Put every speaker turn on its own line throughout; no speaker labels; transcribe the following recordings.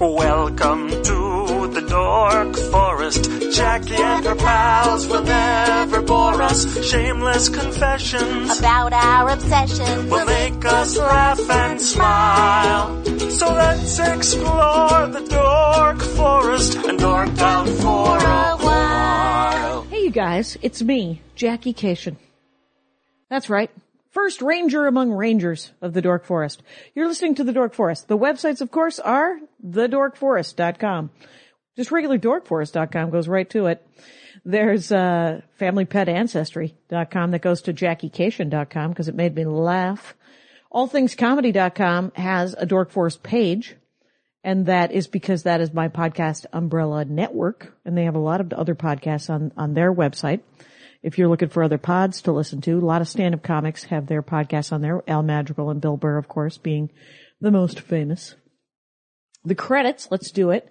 Welcome to the Dork Forest. Jackie and her pals will never bore us. Shameless confessions
about our obsession.
will make us laugh and smile. So let's explore the Dork Forest and dork out for a while.
Hey, you guys, it's me, Jackie Cation. That's right. First ranger among rangers of the Dork Forest. You're listening to the Dork Forest. The websites, of course, are thedorkforest.com. Just regular dorkforest.com goes right to it. There's, uh, familypetancestry.com that goes to jackiecation.com because it made me laugh. Allthingscomedy.com has a Dork Forest page. And that is because that is my podcast umbrella network. And they have a lot of other podcasts on, on their website. If you're looking for other pods to listen to, a lot of stand-up comics have their podcasts on there. Al Madrigal and Bill Burr, of course, being the most famous. The credits, let's do it.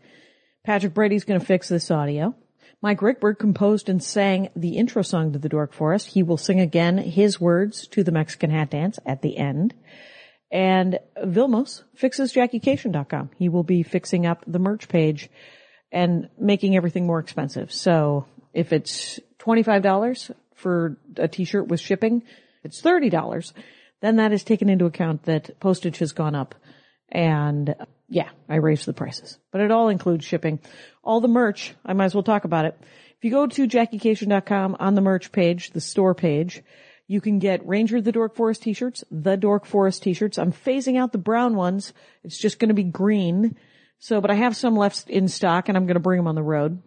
Patrick Brady's going to fix this audio. Mike Rickberg composed and sang the intro song to The Dork Forest. He will sing again his words to the Mexican hat dance at the end. And Vilmos fixes JackieCation.com. He will be fixing up the merch page and making everything more expensive. So if it's $25 for a t-shirt with shipping, it's $30. Then that is taken into account that postage has gone up. And uh, yeah, I raised the prices, but it all includes shipping. All the merch, I might as well talk about it. If you go to JackieCation.com on the merch page, the store page, you can get Ranger of the Dork Forest t-shirts, the Dork Forest t-shirts. I'm phasing out the brown ones. It's just going to be green. So, but I have some left in stock and I'm going to bring them on the road.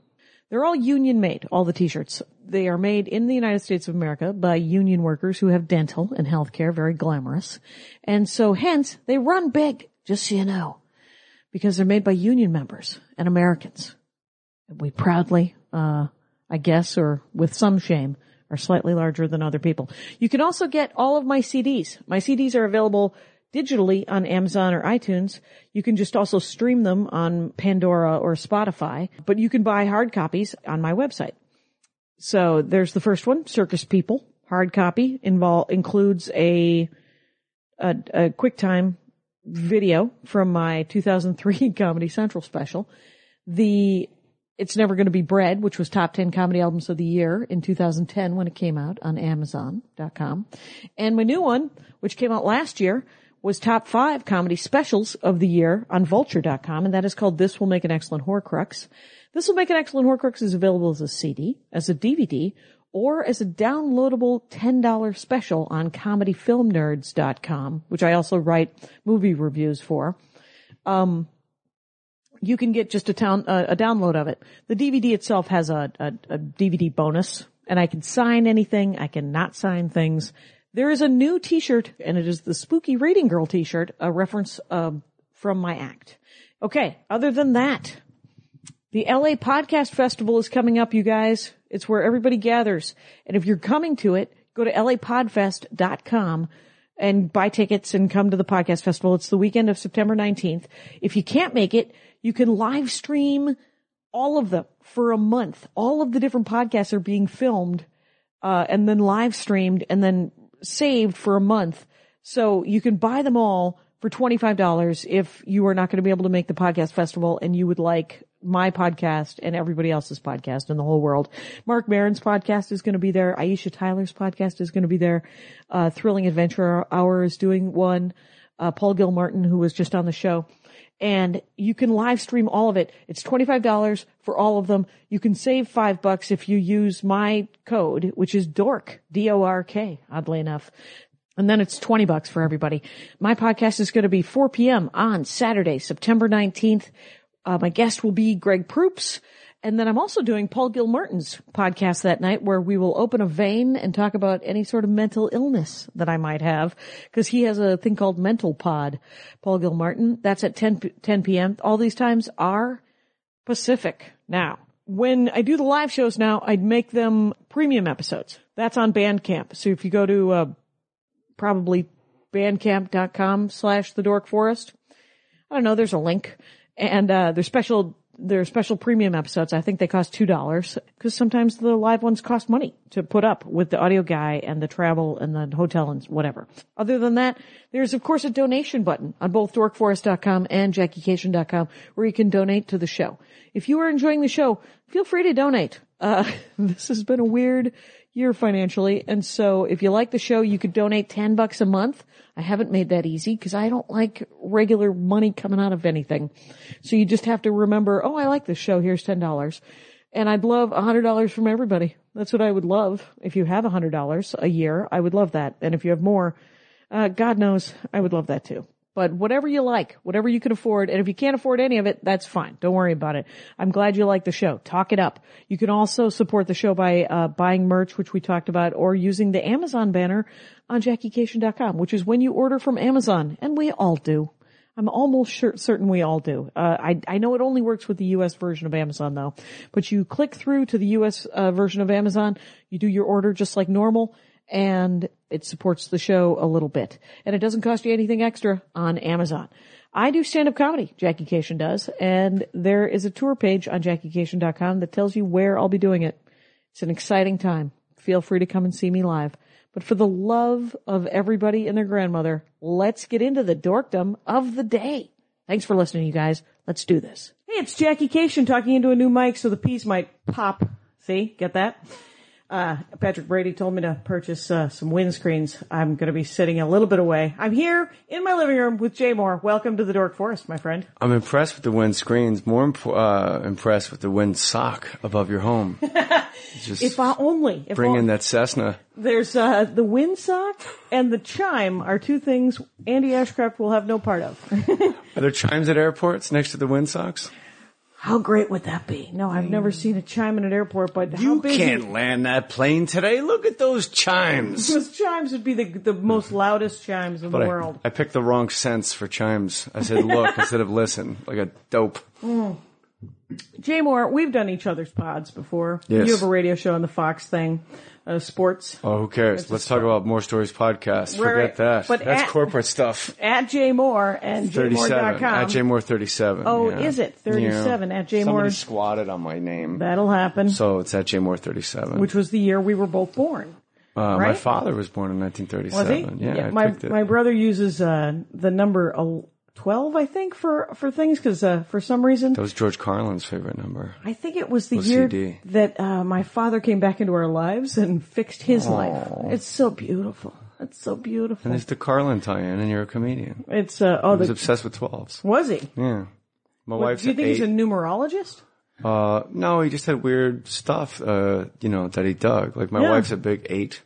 They're all union made, all the t-shirts. They are made in the United States of America by union workers who have dental and healthcare, very glamorous. And so hence they run big, just so you know, because they're made by union members and Americans. And we proudly, uh, I guess, or with some shame, are slightly larger than other people. You can also get all of my CDs. My CDs are available digitally on Amazon or iTunes. You can just also stream them on Pandora or Spotify, but you can buy hard copies on my website. So there's the first one, Circus People. Hard copy involve, includes a, a, a QuickTime video from my 2003 Comedy Central special. The It's Never Gonna Be Bread, which was top 10 comedy albums of the year in 2010 when it came out on Amazon.com. And my new one, which came out last year, was top five comedy specials of the year on vulture.com. And that is called This Will Make an Excellent Horcrux. This Will Make an Excellent Horcrux is available as a CD, as a DVD, or as a downloadable $10 special on comedyfilmnerds.com, which I also write movie reviews for. Um, you can get just a, town, uh, a download of it. The DVD itself has a, a, a DVD bonus, and I can sign anything. I can not sign things. There is a new T-shirt, and it is the Spooky Reading Girl T-shirt, a reference um, from my act. Okay. Other than that, the LA Podcast Festival is coming up, you guys. It's where everybody gathers. And if you're coming to it, go to lapodfest.com and buy tickets and come to the podcast festival. It's the weekend of September 19th. If you can't make it, you can live stream all of them for a month. All of the different podcasts are being filmed, uh, and then live streamed and then saved for a month. So you can buy them all for $25 if you are not going to be able to make the podcast festival and you would like my podcast and everybody else's podcast in the whole world. Mark Marin's podcast is going to be there. Aisha Tyler's podcast is going to be there. Uh, Thrilling Adventure Hour is doing one. Uh, Paul Gilmartin, who was just on the show. And you can live stream all of it. It's $25 for all of them. You can save five bucks if you use my code, which is DORK, D-O-R-K, oddly enough. And then it's 20 bucks for everybody. My podcast is going to be 4 p.m. on Saturday, September 19th. Uh, my guest will be Greg Proops. And then I'm also doing Paul Gilmartin's podcast that night where we will open a vein and talk about any sort of mental illness that I might have because he has a thing called Mental Pod. Paul Gilmartin. That's at 10, p- 10 p.m. All these times are Pacific now. When I do the live shows now, I'd make them premium episodes. That's on Bandcamp. So if you go to, uh, probably bandcamp.com slash the dork forest. I don't know. There's a link and, uh, there's special their special premium episodes. I think they cost two dollars because sometimes the live ones cost money to put up with the audio guy and the travel and the hotel and whatever. Other than that, there's of course a donation button on both dorkforest.com and jackiecation.com where you can donate to the show. If you are enjoying the show, feel free to donate. Uh, this has been a weird year financially. And so if you like the show, you could donate 10 bucks a month. I haven't made that easy because I don't like regular money coming out of anything. So you just have to remember, oh, I like this show. Here's $10. And I'd love $100 from everybody. That's what I would love. If you have $100 a year, I would love that. And if you have more, uh, God knows I would love that too. But whatever you like, whatever you can afford, and if you can't afford any of it, that's fine. Don't worry about it. I'm glad you like the show. Talk it up. You can also support the show by uh, buying merch, which we talked about, or using the Amazon banner on JackieCation.com, which is when you order from Amazon, and we all do. I'm almost sure, certain we all do. Uh, I, I know it only works with the U.S. version of Amazon though, but you click through to the U.S. Uh, version of Amazon, you do your order just like normal, and it supports the show a little bit. And it doesn't cost you anything extra on Amazon. I do stand-up comedy, Jackie Cation does, and there is a tour page on JackieCation.com that tells you where I'll be doing it. It's an exciting time. Feel free to come and see me live. But for the love of everybody and their grandmother, let's get into the dorkdom of the day. Thanks for listening, you guys. Let's do this. Hey, it's Jackie Cation talking into a new mic so the peas might pop. See? Get that? Uh, Patrick Brady told me to purchase uh, some windscreens. I'm going to be sitting a little bit away. I'm here in my living room with Jay Moore. Welcome to the Dork Forest, my friend.
I'm impressed with the wind screens. More imp- uh, impressed with the wind sock above your home. Just
If I only if
bring
I-
in that Cessna.
There's uh, the windsock and the chime are two things Andy Ashcraft will have no part of.
Are there chimes at airports next to the wind socks?
How great would that be? No, I've never seen a chime in an airport, but how
You
busy
can't land that plane today. Look at those chimes.
those chimes would be the the most loudest chimes in
But
the
I-
world.
I, picked the wrong sense for chimes. I said look instead of listen, like a dope.
Jay Moore, we've done each other's pods before.
Yes.
You have a radio show on the Fox thing, uh, sports.
Oh, who cares? Let's talk about more stories podcast.
Right,
Forget that.
but
That's
at-
corporate stuff.
At Jay Moore and
Thirty-seven
jmoore.com.
at Jmore thirty-seven.
Oh,
yeah.
is it? 37 at Jmore.
Somebody squatted on my name.
That'll happen.
So it's at Jmore 37.
which was the year we were both born.
uh, my
right?
father was born in
Was
1937.
he?
Yeah, I
my
picked it.
my brother uses uh, the number el- twelve, I think, for for things because uh, for some reason
that was George Carlin's favorite number.
I think it was the year
OCD.
that uh, my father came back into our lives and fixed his life. It's so beautiful. It's so beautiful.
And it's the Carlin tie-in, and you're a comedian. I
It's uh, oh,
was
the,
obsessed with twelves.
was he?
Yeah, my wife's
Do you think
eight.
he's a numerologist?
uh, no, he just had weird stuff. Uh, you know that he dug. Like my
Yeah.
wife's a big eight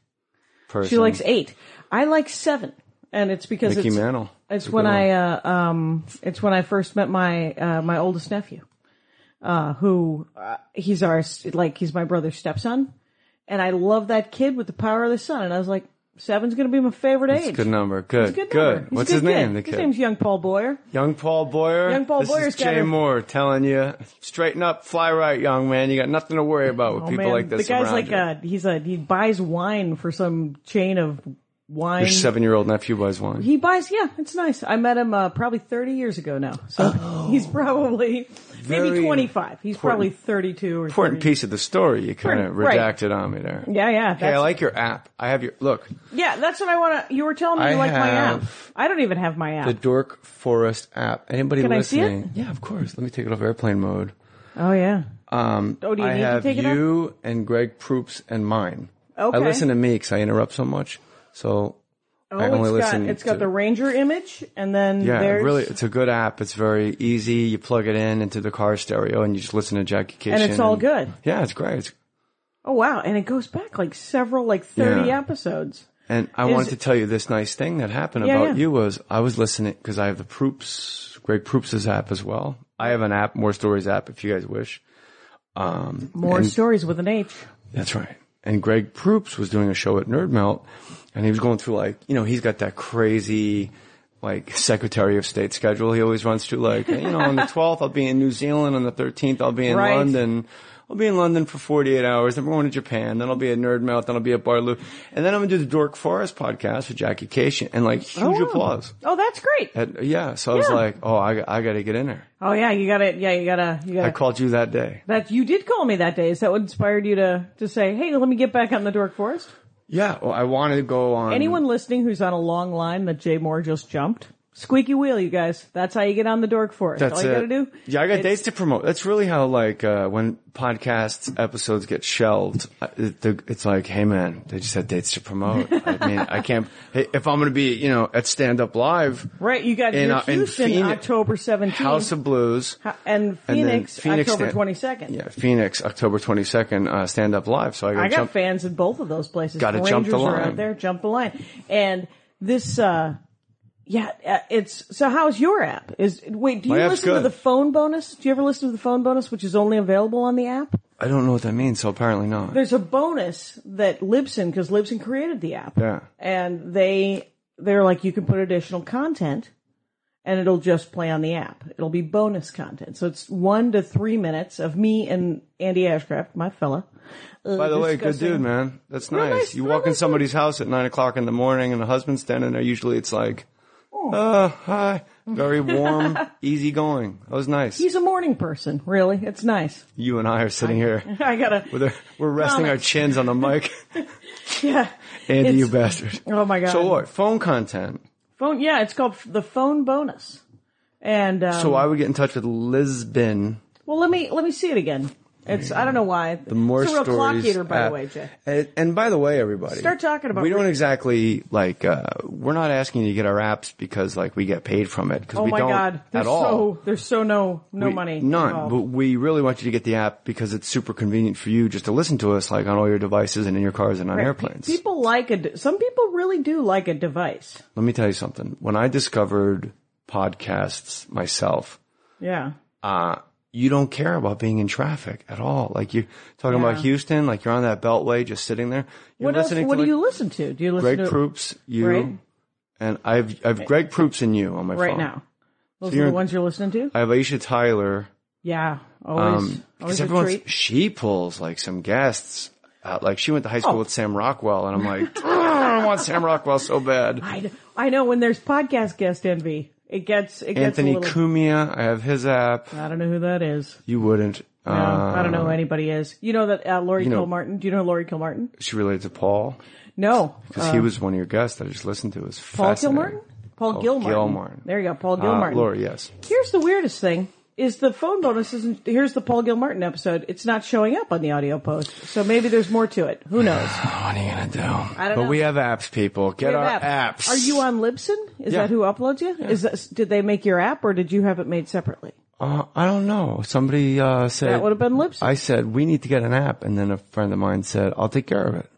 person.
She likes eight. I like seven, and it's because
Mickey
it's
Mantle.
It's
A
when
good
I
one.
uh, um, it's when I first met my uh, my oldest nephew, uh, who uh, he's our like he's my brother's stepson, and I love that kid with the power of the sun. And I was like, seven's gonna be my favorite
It's a
age.
good number. Good.
It's a good.
good.
number. He's a
What's
good
his name?
kid.
The kid.
His name's Young Paul Boyer.
Young Paul Boyer.
Young Paul
this
Boyer's
is
got
Jay
a-
Moore telling you, straighten up, fly right, young man. You got nothing to worry about with
Oh
people
man,
like this
the guy's
around
like
you.
a he's a he buys wine for some chain of wine.
Your seven-year-old nephew buys wine.
He buys, yeah, it's nice. I met him uh, probably 30 years ago now. So he's probably maybe
Oh. Very
25. He's probably 32 or
important
30.
piece of the story you kind of
Important, right.
redacted on me there.
Yeah, yeah.
Hey, I
that's-
like your app. I have your look.
Yeah, that's what I want to. You were telling me
I
you like my app.
have-
I don't even have my app.
The Dork Forest app. Anybody
Can I see it?
listening? Yeah, of course. Let me take it off airplane mode.
oh yeah.
Um,
Oh, do you
I
need to
have
take it off?
you and Greg Proops and mine.
Okay.
I listen to me because I interrupt so much. So
Oh,
I
it's
only
got
listen
it's got
to-
the Ranger image, and then
yeah,
there's
really, it's a good app. It's very easy. You plug it in into the car stereo and you just listen to Jackie Cation.
and it's all good.
Yeah, it's great. It's-
Oh wow, and it goes back like several, like 30
Yeah.
episodes.
And I
Is-
wanted to tell you this nice thing that happened
Yeah,
about
yeah.
you was I was listening because I have the Proops, Greg Proops' app as well. I have an app, More Stories app, if you guys wish.
More stories with an H.
That's right. And Greg Proops was doing a show at Nerd Melt and he was going through like, you know, he's got that crazy like Secretary of State schedule he always runs to like, you know, on the 12th I'll be in New Zealand, on the 13th I'll be in
Right.
London, I'll be in London for 48 hours, then we're going to Japan, then I'll be at Nerd Mouth, then I'll be at Bar Lou, and then I'm going to do the Dork Forest podcast with Jackie Cation and like huge
Oh.
applause.
Oh, that's great.
And, yeah. So I was
Yeah.
like, oh, I, I got to get in there.
Oh yeah, you gotta, yeah, you gotta, you
I
gotta.
called you that day.
that you did call me that day. Is that what inspired you to to say, "Hey, let me get back on the Dork Forest"?
Yeah. Well, I wanted to go on.
Anyone listening who's on a long line that Jay Moore just jumped, squeaky wheel, you guys. That's how you get on the Dork Forest.
That's
All you
it.
gotta do.
Yeah, I got
It's-
dates to promote. That's really how like uh when podcast episodes get shelved, I- it, the- it's like, hey man, they just had dates to promote. I mean, I can't. Hey, if I'm gonna be, you know, at Stand Up Live,
Right, you got
In,
your
uh, in
Houston
Phoenix-
October seventeenth,
House of Blues,
and
and then
Phoenix, October
Stan-
twenty second.
Yeah, Phoenix October 22nd, uh, Stand Up Live. So I got
I
to
got
jump.
fans in both of those places.
Gotta
The
jump the
Rangers Are
line.
out there, jump the line. And this, uh, yeah, uh, it's so. How's your app? Is wait? Do you
My app's
listen to
good.
the phone bonus? Do you ever listen to the phone bonus, which is only available on the app?
I don't know what that means, so apparently not.
There's a bonus that Libsyn, because Libsyn created the app,
Yeah.
and they they're like you can put additional content, and it'll just play on the app. It'll be bonus content. So it's one to three minutes of me and Andy Ashcraft, my fella. uh,
By the way, good
discussing-
dude, man. That's
Really
nice.
nice,
You
really
walk in
nice
somebody's house at nine o'clock in the morning, and the husband's standing there. Usually, it's like,
Oh.
uh, hi, very warm, easy going. That was nice.
He's a morning person, really. It's nice.
you and I are sitting here.
I gotta.
With our, we're resting our
Promise.
chins on the mic.
Yeah.
Andy,
It's-
you bastard.
Oh my god.
So what? Phone content.
Phone. Yeah, it's called the phone bonus. And um,
So I would get in touch with Lisbon.
well, let me let me see it again. It's I don't know why. The
more
it's a real clock
stories
eater, by
at-
the way, Jay.
And, and by the way, everybody,
Start talking about
We don't
re-
exactly like. Uh, we're not asking you to get our apps because like we get paid from it because
Oh
we
my
don't
god,
at
there's
all.
so there's so no no
We-
money.
None.
involved.
But we really want you to get the app because it's super convenient for you just to listen to us like on all your devices and in your cars and on
Right.
airplanes.
People like a. de- Some people really do like a device.
Let me tell you something. When I discovered podcasts myself,
Yeah.
uh, you don't care about being in traffic at all. Like you're talking
Yeah.
about Houston, like you're on that beltway just sitting there. You're
What else?
listening
What
to
do
like,
you listen to? Do you listen
Greg
to
Proops, you,
Right.
and I've I've Greg Proops and you on my
right
phone
now? Those
you're-
are the ones you're listening to.
I have Aisha Tyler.
Yeah. Always.
Um,
always
because
a
everyone's
treat.
she pulls like some guests. out. like she went to high school
Oh.
with Sam Rockwell, and I'm like, "Ugh, I want Sam Rockwell so bad.
I, kn- I know when there's podcast guest envy, it gets it gets
Anthony
a little.
Cumia, I have his app.
I don't know who that is.
You wouldn't. Uh,
No, I don't know who anybody is. You know that uh, Lori
you know-
Kilmartin. Do you know Lori Kilmartin?
She related to Paul
No,
because he was one of your guests that I just listened to. It was
Uh, Paul
fascinating.
Kilmartin. Paul,
Paul
Gilmartin.
Gilmartin.
There you go, Paul
Uh,
Gilmartin.
Laura, yes.
Here's the weirdest thing: is the phone bonus isn't. Here's the Paul Gilmartin episode. It's not showing up on the audio post, so maybe there's more to it. Who knows?
Oh, What are you gonna do? I
don't
but
know.
we have apps, people. Get
We
our
have
apps.
Are you on Libsyn? Is
Yeah.
that who uploads you? Is that, did they make your app, or did you have it made separately?
Uh, I don't know. Somebody uh, said
That would have been Libsyn.
I said we need to get an app, and then a friend of mine said, "I'll take care of it."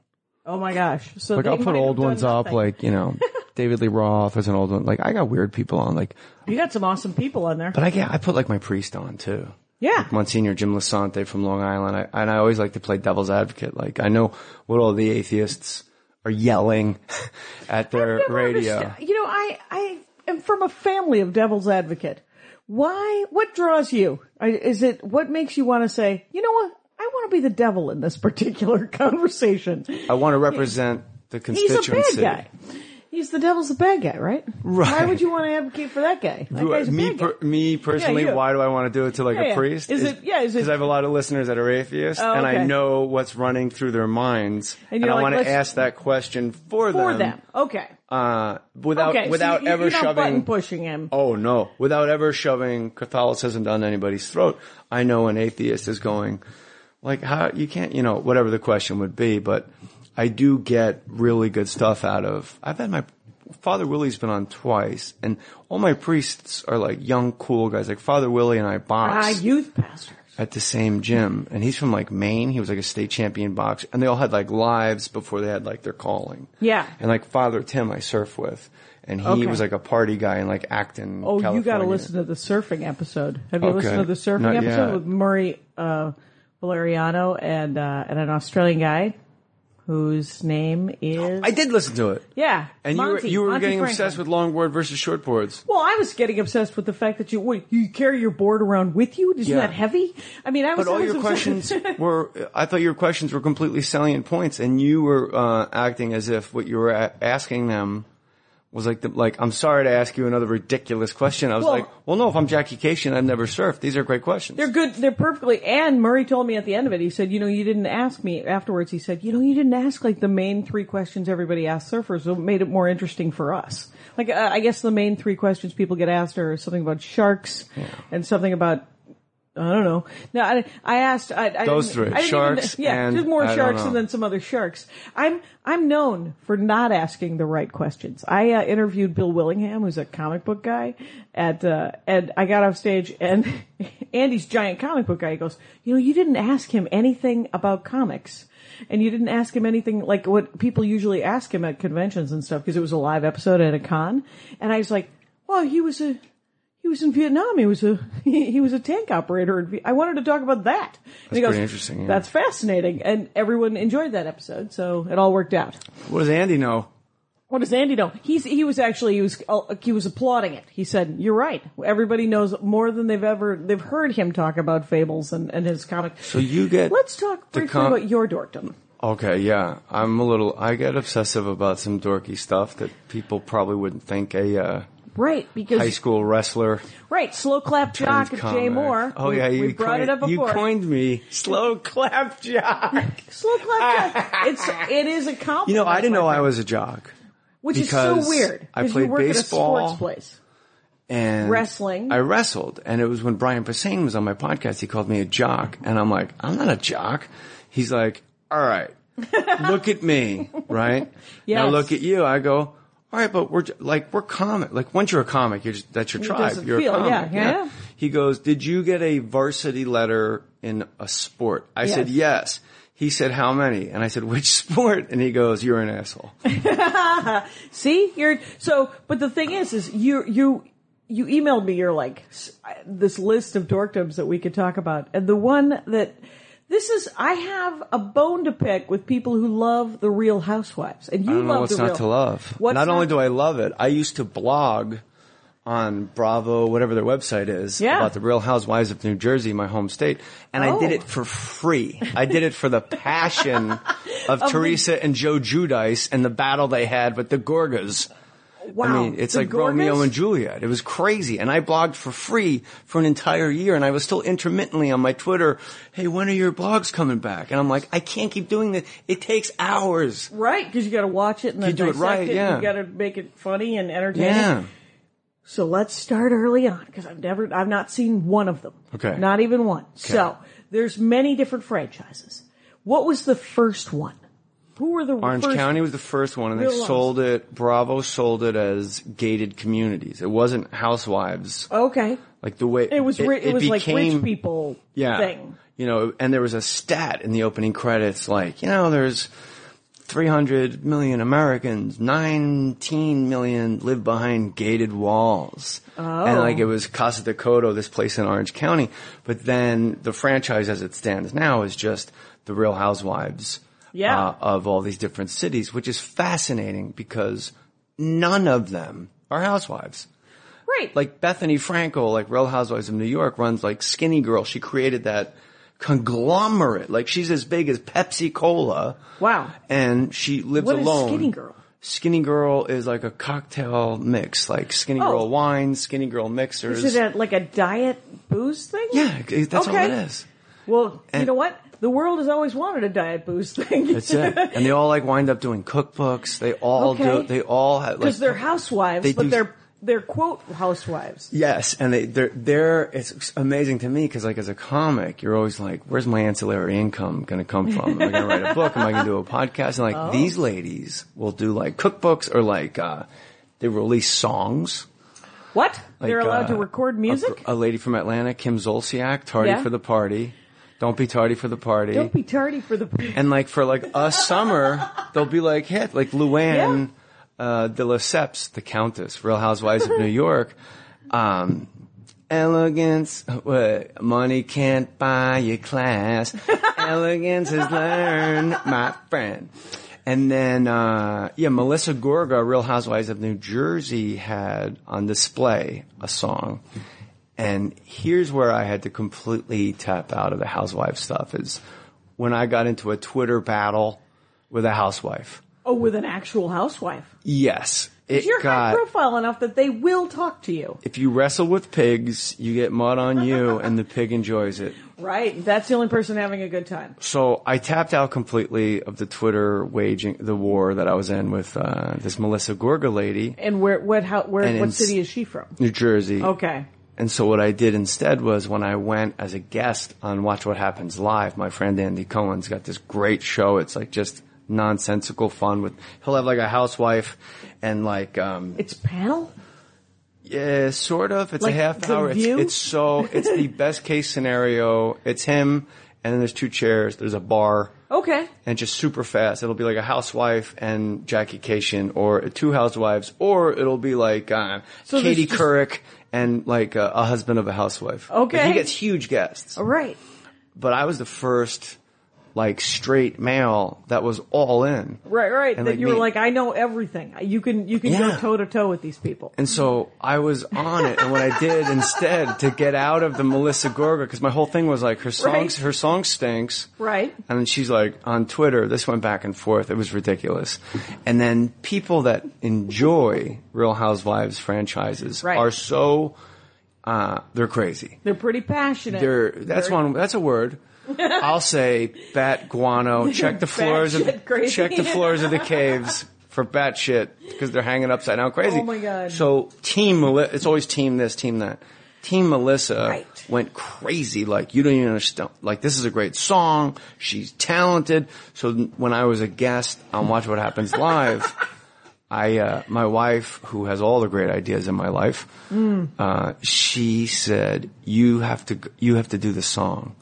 oh my gosh! So
Like
they
I'll put
might have
old
done
ones up,
nothing.
like you know, David Lee Roth is an old one. Like I got weird people on, like,
you got some awesome people on there.
but I get I put like my priest on too,
Yeah.
Monsignor Jim Lasante from Long Island, I, and I always like to play devil's advocate. Like I know what all the atheists are yelling at their
Never
radio.
understood- You know, I I am from a family of devil's advocate. Why? What draws you? I- Is it what makes you want to say? You know what? I want to be the devil in this particular conversation.
I want to represent the
He's a
constituency.
bad guy. He's the devil's the bad guy, right?
Right.
Why would you want to advocate for that guy? That
Do I-
guy's a
me,
bad guy.
per, me personally,
you.
why do I want to do it to like
Yeah,
a
yeah.
priest?
Is it- yeah, is it-
Because I have a lot of listeners that are atheists,
Oh,
and I
okay.
know what's running through their minds,
And
and,
you're
I
like,
want
let's-
to ask that question for,
for
them,
them. Okay.
uh, without
okay. so
without
you- you-
ever
you're not button
shoving.
pushing him.
Oh no! Without ever shoving Catholicism down anybody's throat, I know an atheist is going, like, how you can't, you know, whatever the question would be. But I do get really good stuff out of. I've had my Father Willie's been on twice, and all my priests are like young, cool guys. Like Father Willie and I
Ah,
boxed
youth pastors.
at the same gym, and he's from like Maine. He was like a state champion boxer, and they all had like lives before they had like their calling.
Yeah.
and like Father Tim, I surf with. And he
Okay.
was like a party guy in like Acton.
Oh, you got to
California.
listen to the surfing episode. Have you
Okay.
listened to the surfing
Not
episode
yet.
with Murray uh, Valeriano and uh, and an Australian guy? whose name is
I did listen to it.
yeah,
And
Monty,
you were, you were
Monty
getting
Franklin.
obsessed with long board versus short boards.
Well, I was getting obsessed with the fact that you wait, you carry your board around with you. Isn't
Yeah.
that heavy? I mean, I was.
But all
I was
your
obsessed-
questions were, I thought your questions were completely salient points and you were, uh, acting as if what you were a- asking them was like, the, like, I'm sorry to ask you another ridiculous question. I was
Well-
like, well, no, if I'm Jackie Cation, I've never surfed. These are great questions.
They're good. They're perfectly. And Murray told me at the end of it, he said, you know, you didn't ask me afterwards. He said, you know, you didn't ask like the main three questions everybody asks surfers. So it made it more interesting for us. Like, uh, I guess the main three questions people get asked are something about sharks and something about, I don't know. No, I, I asked, I, I
Those
didn't-
three.
I didn't
Sharks
Even, yeah,
and-
just more
I don't
sharks and
know.
then some other sharks. I'm, I'm known for not asking the right questions. I uh, interviewed Bill Willingham, who's a comic book guy at, uh, and I got off stage and Andy's giant comic book guy he goes, you know, you didn't ask him anything about comics and you didn't ask him anything like what people usually ask him at conventions and stuff because it was a live episode at a con. And I was like, well, he was a, he was in Vietnam. He was a he, he was a tank operator. In v- I wanted to talk about that. That's
pretty interesting, yeah.
That's fascinating, and everyone enjoyed that episode, so it all worked out.
what does Andy know?
What does Andy know? He's he was actually he was uh, he was applauding it. He said, "You're right. Everybody knows more than they've ever they've heard him talk about fables and and his comic."
So you get,
Let's talk
to
briefly
com-
about your dorkdom.
Okay, yeah. I'm a little, I get obsessive about some dorky stuff that people probably wouldn't think a, uh,
Right, because
high school wrestler.
right, slow clap jock, Jay
turned comic.
Moore.
Oh
We-
yeah, you
we brought it
coined-
up before.
You coined me slow clap jock.
slow clap jock. it's it is a compliment.
You know, I didn't
my
know I
friend.
was a jock,
which is so
because
weird.
I
'cause
played
you work At a
baseball.
sports place.
and
Wrestling.
I wrestled, and it was when Brian Posehn was on my podcast. He called me a jock, and I'm like, I'm not a jock. He's like, All right, look at me, right? Now
Yes.
look at you. I go. All right, but we're j- like we're comic. Like once you're a comic, you're just, that's your tribe.
doesn't
You're
feel-
a comic.
yeah, yeah.
He goes, "Did you get a varsity letter in a sport?" I said,
Yes.
"Yes." He said, "How many?" And I said, "Which sport?" And he goes, "You're an asshole."
See, you're so. But the thing is, is you you you emailed me. You're like s- I- this list of dorkdoms that we could talk about, and the one that this is. I have a bone to pick with people who love the Real Housewives, and you
I don't
love
know what's
the
not
Real.
to love.
What's
not, only do I love it, I used to blog on Bravo, whatever their website is,
Yeah.
about the Real Housewives of New Jersey, my home state, and I did
Oh.
it for free. I did it for the passion of, Teresa and Joe Judice and the battle they had with the Gorgas.
wow,
I mean, it's
the
like Romeo
Gorgas?
and Juliet. It was crazy. And I blogged for free for an entire year and I was still intermittently on my Twitter, hey, when are your blogs coming back? And I'm like, I can't keep doing this. It takes hours.
Right, because you got to watch it and then
You do it
dissect
right,
and
yeah.
you got to make it funny and entertaining.
Yeah.
So let's start early on because I've never, I've not seen one of them.
Okay.
Not even one. So there's many different franchises. What was the first one? Who were the
Orange
first?
County was the first one and they
Real ones.
sold it, Bravo sold it as gated communities. It wasn't housewives.
Okay.
Like the way
It was. ri- it, was like
became-
rich people.
yeah.
Thing.
You know, and there was a stat in the opening credits, like you know, there's 300 million Americans, 19 million live behind gated walls, and like it
Oh.
was Casa de Coto, this place in Orange County. But then the franchise, as it stands now, is just the Real Housewives
Yeah.
uh, of all these different cities, which is fascinating because none of them are housewives
Right.
like Bethany Frankel, like Real Housewives of New York, runs like Skinny Girl. She created that conglomerate. Like she's as big as Pepsi Cola,
wow.
and she lives
What is
alone.
Skinny Girl?
Skinny Girl is like a cocktail mix, like Skinny
Oh.
Girl wine, Skinny Girl mixers.
Is it a, like a diet booze thing?
yeah, it- that's
Okay.
all it is.
Well, you
And-
know what? The world has always wanted a diet booze thing.
That's it. and they all like wind up doing cookbooks. They all do.
Okay.
They all have like
because they're housewives,
They
but
do-
they're they're quote housewives.
Yes, and they, they're they're it's amazing to me because like as a comic, you're always like, "Where's my ancillary income going to come from? Am I going to write a book? Am I going to do a podcast?" And like
Oh.
these ladies will do like cookbooks or like uh, they release songs.
What?
Like,
they're allowed to
uh,
record
a-
music.
A, lady from Atlanta, Kim Zolciak, "Tardy
Yeah.
for the Party." Don't be tardy for the party.
Don't be tardy for the.
and like for like a summer, they'll be like hit like Luann uh, de Lesseps, the Countess, Real Housewives of New York. Um, Elegance, what, money can't buy you class. Elegance is learned, my friend. And then, uh, yeah, Melissa Gorga, Real Housewives of New Jersey had on display a song. And here's where I had to completely tap out of the housewife stuff is when I got into a Twitter battle with a housewife.
Oh, with an actual housewife.
Yes. It
You're
got,
high profile enough that they will talk to you.
if you wrestle with pigs, you get mud on you and the pig enjoys it.
Right. That's the only person having a good time.
So I tapped out completely of the Twitter waging, the war that I was in with, uh, this Melissa Gorga lady,
And where, what, how, where,
And
what
in-
city is she from?
New Jersey.
Okay.
And so what I did instead was when I went as a guest on Watch What Happens Live, my friend Andy Cohen's got this great show. It's like just nonsensical fun with, he'll have like a housewife and like, um,
It's panel?
yeah, sort of. It's
Like
a half
The
hour. It's,
View?
it's so, it's the best case scenario. It's him and then there's two chairs. There's a bar
Okay.
and just super fast. It'll be like a housewife and Jackie Cation or two housewives or it'll be like, uh,
So there's
Katie
just-
Couric and like uh, a, a husband of a housewife.
Okay.
Like, he gets huge guests.
All right.
But I was the first like straight male that was all in.
Right, right.
And
that
like
you were
me.
like, I know everything. You can, you can go
Yeah.
toe to toe with these people.
And so I was on it, and what I did instead to get out of the Melissa Gorga, because my whole thing was like her songs,
Right.
her song stinks,
Right.
And then she's like on Twitter, this went back and forth. It was ridiculous. And then people that enjoy Real Housewives franchises
Right.
are so uh, they're crazy.
They're pretty passionate.
They're that's
Very-
one that's a word. I'll say bat guano. Check the floors of
Batshit crazy.
check the floors of the caves for bat shit because they're hanging upside down crazy.
Oh my God.
So team Melissa, it's always team this, team that. Team Melissa
Right.
went crazy. Like you don't even understand. Like this is a great song. She's talented. So when I was a guest on Watch What Happens Live. I, uh, my wife, who has all the great ideas in my life,
Mm.
uh, she said, "You have to, g- you have to do the song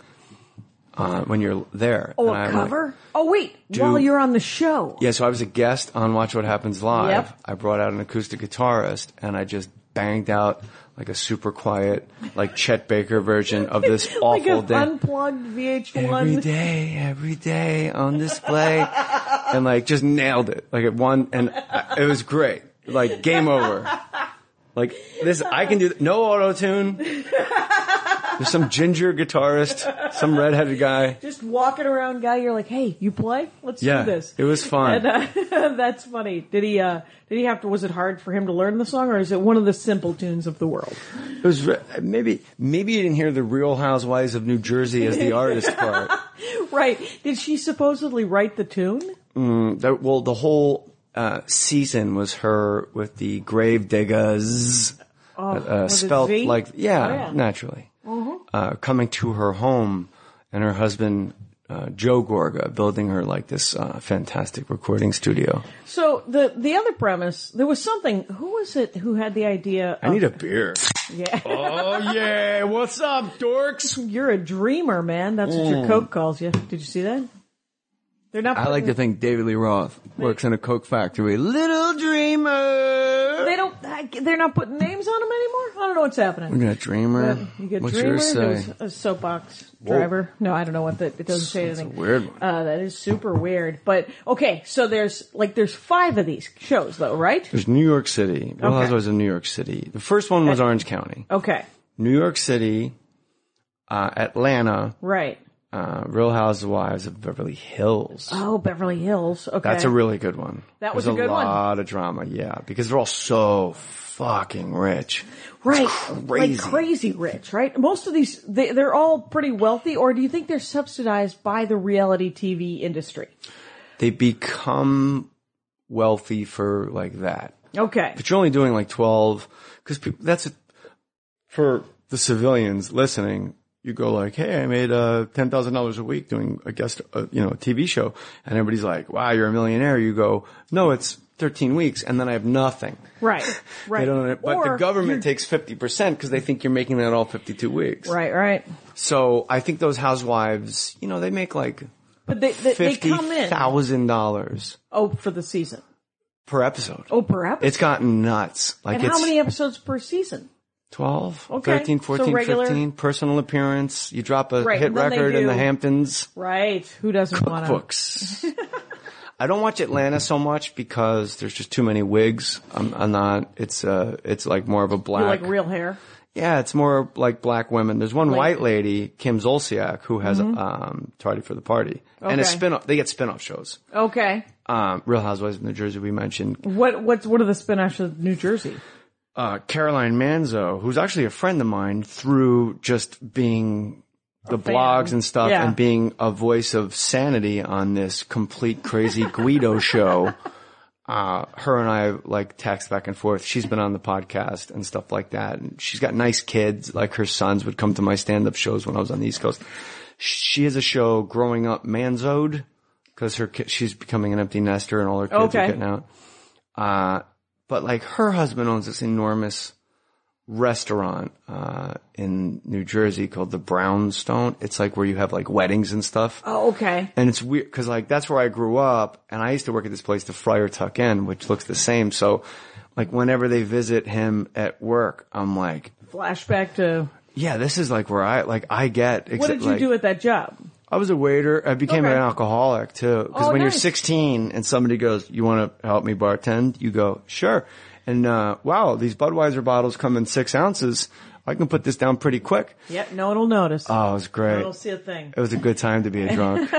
uh, when you're there."
Oh,
And
a
I'm like-
cover? oh, wait. While you're on the show.
yeah, so I was a guest on Watch What Happens Live.
Yep.
I brought out an acoustic guitarist, and I just banged out like a super quiet, like Chet Baker version of this
like
awful
an
dance.
unplugged VH1.
Every day, every day on display, and like just nailed it. Like it won, and I- it was great. Like game over. Like this, I can do th- no auto tune. There's some ginger guitarist, some redheaded guy.
Just walking around guy, you're like, hey, you play? Let's
Yeah,
do this.
it was
And,
fun.
uh, that's funny. Did he, uh, did he have to, was it hard for him to learn the song or is it one of the simple tunes of the world?
It was re- maybe maybe you didn't hear the Real Housewives of New Jersey as the artist part.
Right. Did she supposedly write the tune?
That- well, the whole uh, season was her with the grave diggers, uh,
Oh, with a
spelt
Z?
like yeah,
Oh, yeah. Mm-hmm.
naturally, uh, coming to her home and her husband. Uh, Joe Gorga building her like this uh, fantastic recording studio.
So the, the other premise, there was something, who was it who had the idea?
I
of-
need a beer.
Yeah.
oh yeah, what's up, dorks?
You're a dreamer, man. That's what your Coke calls you. Did you see that? They're not.
Mm. I like to
putting-
think David Lee Roth works in a Coke factory. Little dreamer.
They don't. I- They're not putting names on them anymore. I don't know what's happening.
You got Dreamer.
Uh, You get
What's
dreamer.
yours
there
say?
was a soapbox driver. No, I don't know what that. It doesn't say
That's a
anything.
weird one.
Uh, that is super weird. But okay, so there's like there's five of these shows though, right?
There's New York City. Real
Okay.
Housewives of New York City. The first one was Orange County.
Okay,
New York City, uh, Atlanta,
right.
uh, Real Housewives of Beverly Hills.
Oh, Beverly Hills. Okay,
That's a really good one.
That was
There's
a good one.
lot of drama, yeah, because they're all so fucking rich.
right,
crazy.
like crazy rich, right? Most of these they, they're all pretty wealthy, or do you think they're subsidized by the reality TV industry?
They become wealthy for like that.
Okay,
but you're only doing like 12 because that's a, for the civilians listening you go like hey i made uh, $10000 a week doing a guest uh, you know a tv show and everybody's like wow you're a millionaire you go no it's 13 weeks and then i have nothing
Right, right.
They don't, but
Or
the government takes 50% because they think you're making that all 52 weeks.
Right, right.
So I think those housewives, you know, they make like
But they they, they come in.
$50,000
Oh, for the season.
per episode.
Oh, per episode.
It's gotten nuts. Like
and
it's,
how many episodes per season?
12,
Okay,
13,
so
14,
regular-
15, personal appearance. You drop a
Right,
hit
and then they
record in
do
the Hamptons.
Right. Who doesn't want to?
Books. I I don't watch Atlanta so much because there's just too many wigs. I'm, I'm not. It's uh, it's like more of a black.
You like real hair.
Yeah, it's more like black women. There's one white lady, Kim Zolciak, who has um, Tardy for the Party, and
Mm-hmm.
a
Okay.
spin-off. They get spin-off shows.
Okay.
Um, Real Housewives of New Jersey. We mentioned
What what's what are the spinoffs of New Jersey?
uh, Caroline Manzo, who's actually a friend of mine through just being the blogs and stuff
Yeah.
and being a voice of sanity on this complete crazy Guido show. Uh, her and I like text back and forth. She's been on the podcast and stuff like that. And she's got nice kids. Like her sons would come to my stand up shows when I was on the East Coast. She has a show growing up Manzoed because her ki- she's becoming an empty nester and all her kids are
Okay.
getting out. Uh, but like her husband owns this enormous restaurant uh, in New Jersey called the Brownstone. It's like where you have like weddings and stuff.
Oh, okay.
And it's weird because like that's where I grew up, and I used to work at this place, the Friar Tuck Inn, which looks the same. So, like whenever they visit him at work, I'm like,
Flashback to
yeah, this is like where I like I get.
what did you do at that job?
I was a waiter. I became
Okay.
an alcoholic too. Because
Oh,
when you're
nice.
16 and somebody goes, "You want to help me bartend?" You go, "Sure." And uh, wow, these Budweiser bottles come in six ounces. I can put this down pretty quick.
Yep, no one will notice.
Oh, it was
no
great.
one will see a thing.
It was a good time to be a drunk.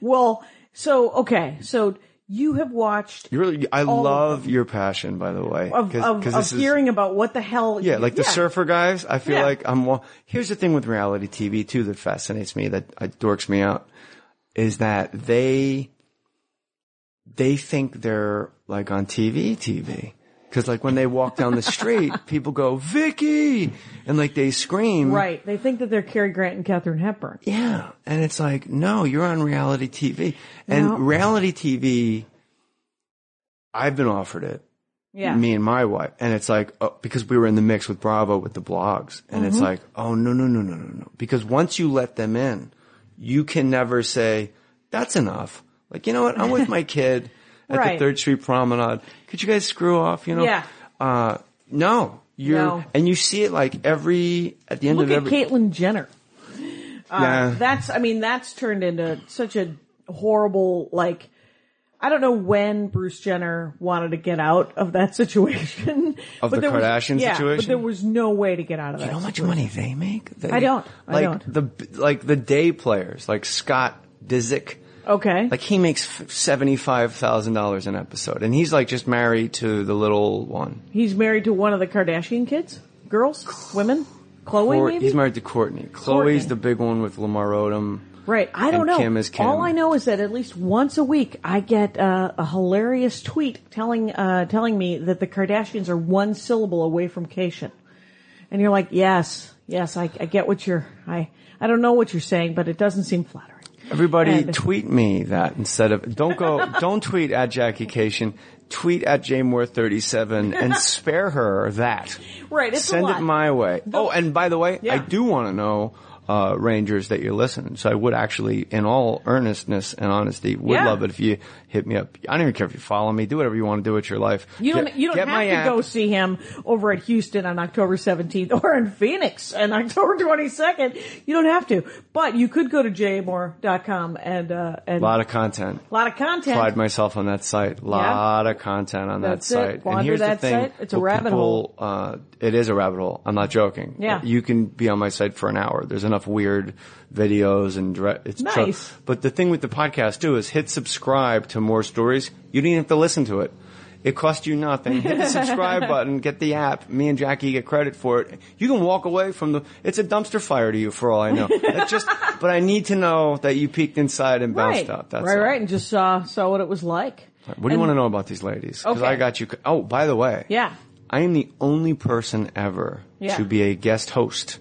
Well, so okay, so you have watched
you really, I
All of
love your passion, by the way,
of, of, of hearing about what the hell.
Yeah, like the surfer guys. I feel
Yeah.
like I'm. wa- Here's the thing with reality TV too that fascinates me, that uh, dorks me out, is that they they think they're like on TV, TV. Because like when they walk down the street, people go Vicky, and like they scream.
Right, they think that they're Cary Grant and Katherine Hepburn.
Yeah, and it's like no, you're on reality TV, and
No.
reality TV. I've been offered it
Yeah,
me and my wife. And it's like, oh, because we were in the mix with Bravo with the blogs. And
Mm-hmm.
it's like, oh, no, no, no, no, no, no. Because once you let them in, you can never say, that's enough. Like, you know what? I'm with my kid at
Right.
the Third Street Promenade. Could you guys screw off? You know?
Yeah.
Uh, no. You're,
No.
and you see it like every, at the end
look
of
at uh,
every,
Caitlyn Jenner.
yeah.
That's, I mean, that's turned into such a horrible, like, I don't know when Bruce Jenner wanted to get out of that situation.
Of the
there was-
Kardashian
yeah, But
situation?
there was no way to get out of that.
You know how much money they make? They-
I don't. I
like
don't.
the, like the day players, like Scott Disick.
okay.
Like he makes seventy five thousand dollars an episode, and he's like just married to the little one.
He's married to one of the Kardashian kids? Girls? Women? Chloe,
Or-
maybe?
he's married to Courtney.
Courtney.
Chloe's the big one with Lamar Odom.
Right. I don't
And
know.
Kim is Kim.
All I know is that at least once a week I get uh, a hilarious tweet telling uh, telling me that the Kardashians are one syllable away from Cation. And you're like, yes, yes, I, I get what you're. I I don't know what you're saying, but it doesn't seem flattering.
Everybody,
And-
tweet me that instead of don't go, don't tweet at Jackie Cation. Tweet at jmoore thirty seven and spare her that.
Right. It's
Send
a lot.
it my way. oh, and by the way, I
Yeah.
do want to know. Uh, Rangers that you're listening. So I would actually, in all earnestness and honesty, would
Yeah.
love it if you hit me up. I don't even care if you follow me. Do whatever you want to do with your life.
You don't,
Get-
you don't
get
have
my
to
app.
go see him over at Houston on October 17th or in Phoenix on October 22nd. You don't have to, but you could go to jmore.com and, uh, and
A lot of content.
lot of content.
Pride myself on that site. A lot of content on
That's it.
that site.
Wander
and here's
that
the thing.
site. It's a
what
rabbit
people,
hole.
Uh, it is a rabbit hole. I'm not joking.
Yeah.
You can be on my site for an hour. There's enough weird videos and direct. It's so-
Nice.
but the thing with the podcast too is hit subscribe to more stories. You didn't have to listen to it. It cost you nothing. Hit the subscribe button. Get the app. Me and Jackie get credit for it. You can walk away from the. It's a dumpster fire to you, for all I know. That's just. But I need to know that you peeked inside and bounced
right.
up. That's
right,
all.
right, and just saw saw what it was like.
What do you want to know about these ladies? Because
Okay.
I got you. co- Oh, by the way,
Yeah.
I am the only person ever
Yeah.
to be a guest host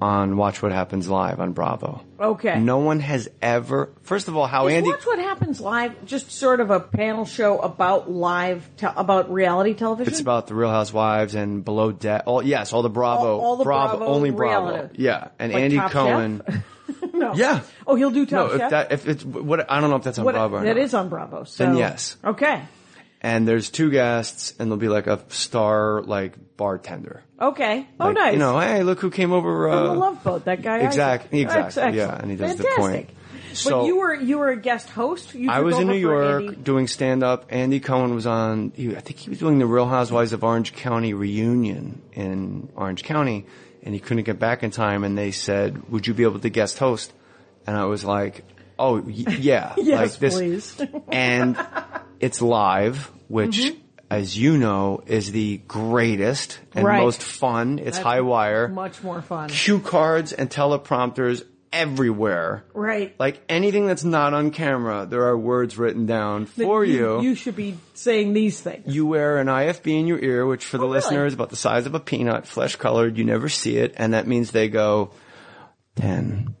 on Watch What Happens Live on Bravo.
Okay.
No one has ever. First of all, how
Is
Oh, Andy?
Watch What Happens Live just sort of a panel show about live te- about reality television?
It's about the Real Housewives and Below Deck. All yes, all the Bravo,
All- all the
Bravo,
Bravo
only Bravo.
reality.
Yeah, and
Like
Andy
Top
Cohen.
Chef? no.
Yeah.
Oh, he'll do
No,
Top
if
Chef?
that if it's what I don't know if that's on
What-
Bravo. Or
that
not.
is on Bravo. So.
Then yes.
Okay.
And there's two guests, and there'll be like a star like bartender.
Okay. Oh,
Like,
nice.
You know, hey, look who came over. Uh,
From the Love Boat, that guy.
Exact-
Isaac.
exactly,
That's excellent.
yeah, and he does the
Fantastic.
point.
But
So
you were you were a guest host. You
I
took
was in
over
New
for
York
Andy.
doing stand up. Andy Cohen was on, he, I think he was doing the Real Housewives of Orange County reunion in Orange County and he couldn't get back in time and they said, would you be able to guest host? And I was like, oh y- yeah.
Yes,
like this.
please. Mm-hmm.
and it's live, which as you know is the greatest and
Right.
most fun. It's high wire.
Much more fun.
Cue cards and teleprompters everywhere.
Right.
Like anything that's not on camera, there are words written down for you.
You should be saying these things.
You wear an IFB in your ear, which for the
Oh, really?
listener is about the size of a peanut, flesh colored. You never see it. And that means they go 10,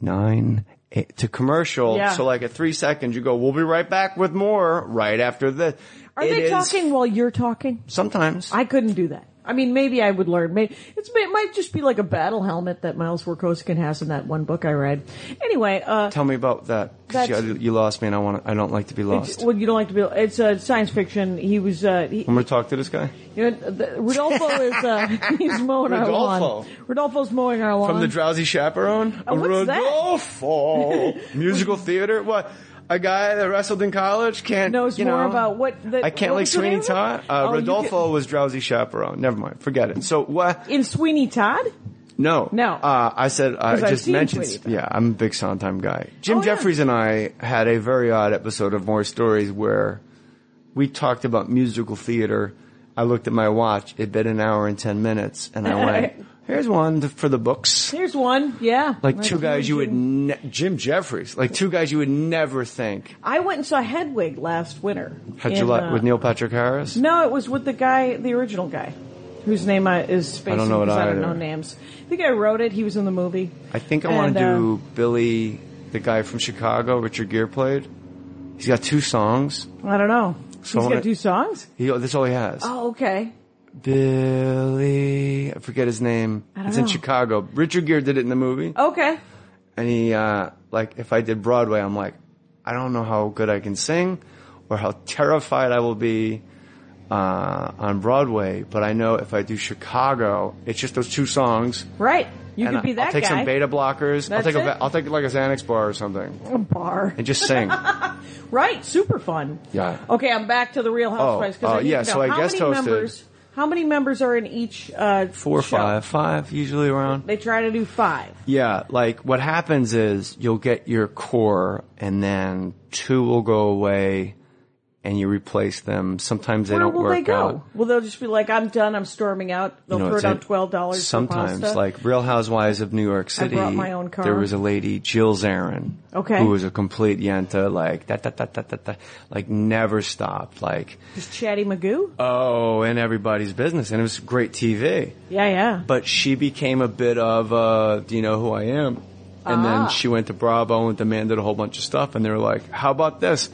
9, 8, to commercial.
Yeah.
So like at three seconds, you go, we'll be right back with more right after this.
Are they talking while you're talking?
Sometimes.
I couldn't do that. I mean, maybe I would learn. Maybe it's, it might just be like a battle helmet that Miles Workoskin has in that one book I read. Anyway, uh,
Tell me about that. 'cause
That's-
you, you lost me and I want I don't like to be lost.
well, you don't like to be. It's uh, science fiction. He was. Uh, he,
I'm going to talk to this guy
you know, the, Rodolfo is. Uh, he's mowing our lawn.
Rodolfo.
Rodolfo's mowing our lawn.
from the Drowsy Chaperone.
Uh, what's that?
Rodolfo. Musical theater. What? A guy that wrestled in college can't
knows
you
more
know?
about what. The,
I can't
what
like
was the name
Sweeney
of it?
Todd. Uh,
Oh, you
Rodolfo was Drowsy Chaperone. Never mind. Forget it. So what?
can- in Sweeney Todd.
No.
No.
Uh, I said, I
'Cause I've
just
seen
mentioned,
Sweeney Todd.
yeah, I'm a big Sondheim guy. Jim
Oh, yeah.
Jeffries and I had a very odd episode of More Stories where we talked about musical theater. I looked at my watch. It'd been an hour and 10 minutes and I went, here's one to, for the books.
Here's one. Yeah,
Like two guys you would,
Jim-
ne- Jim Jeffries, like two guys you would never think
I went and saw Hedwig last winter.
had
in,
you like
uh,
with Neil Patrick Harris.
No, it was with the guy, the original guy, whose name I, is spacing
don't know it
because I don't
either.
know names. I think I wrote it. He was in the movie.
I think I
And,
want to
uh,
do Billy, the guy from Chicago, Richard Gere played. He's got two songs.
I don't know.
So I
He's
wanna-
got two songs.
He, that's all he has.
Oh, okay.
Billy, I forget his name.
I don't
it's in
know.
Chicago. Richard Gere did it in the movie.
Okay.
And he, uh, like, if I did Broadway, I'm like, I don't know how good I can sing or how terrified I will be, uh, on Broadway. But I know if I do Chicago, it's just those two songs.
Right. You
and
could be
I-
that
I'll take
guy.
some beta blockers. I'll
That's
take a,
it.
va- I'll take like a Xanax bar or something
A bar.
and just sing.
Right. Super fun.
Yeah.
Okay, I'm back to the Real Housewives. 'cause
uh,
I need
yeah,
to know
so I
how
guest
many
hosted.
Members, how many members are in each? Uh,
Four,
show?
five, five, usually around.
They try to do five.
Yeah, like what happens is you'll get your core and then two will go away and you replace them. Sometimes they
Where
don't
will
work
they go?
out.
Well, they'll just be like, "I'm done. I'm storming out." They'll
You know,
throw
it's
down
a-
twelve dollars.
Sometimes, like Real Housewives of New York City,
brought my own car.
there was a lady, Jill Zarin,
Okay.
who was a complete yenta, like that, that, that, that, that, that, like never stopped, like
just Chatty Magoo.
oh, in everybody's business, and it was great TV.
yeah, yeah.
but she became a bit of uh, do you know who I am? And
Ah.
then she went to Bravo and demanded a whole bunch of stuff, and they were like, "How about this?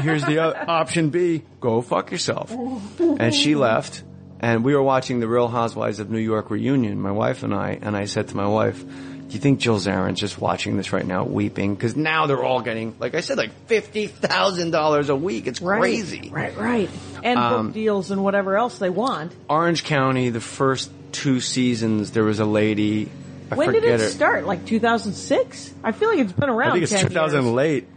Here's the o- option B: go fuck yourself." And she left, and we were watching the Real Housewives of New York reunion, my wife and I, and I said to my wife, "Do you think Jill Zarin's just watching this right now, weeping? Because now they're all getting, like I said, like fifty thousand dollars a week. It's
Right.
crazy, Um,
Right, right. And book deals and whatever else they want.
Orange County, the first two seasons, there was a lady. I
When did
forget
it
her-
start? Like 2006? I feel like it's been around.
I think it's
10
2000
years.
late.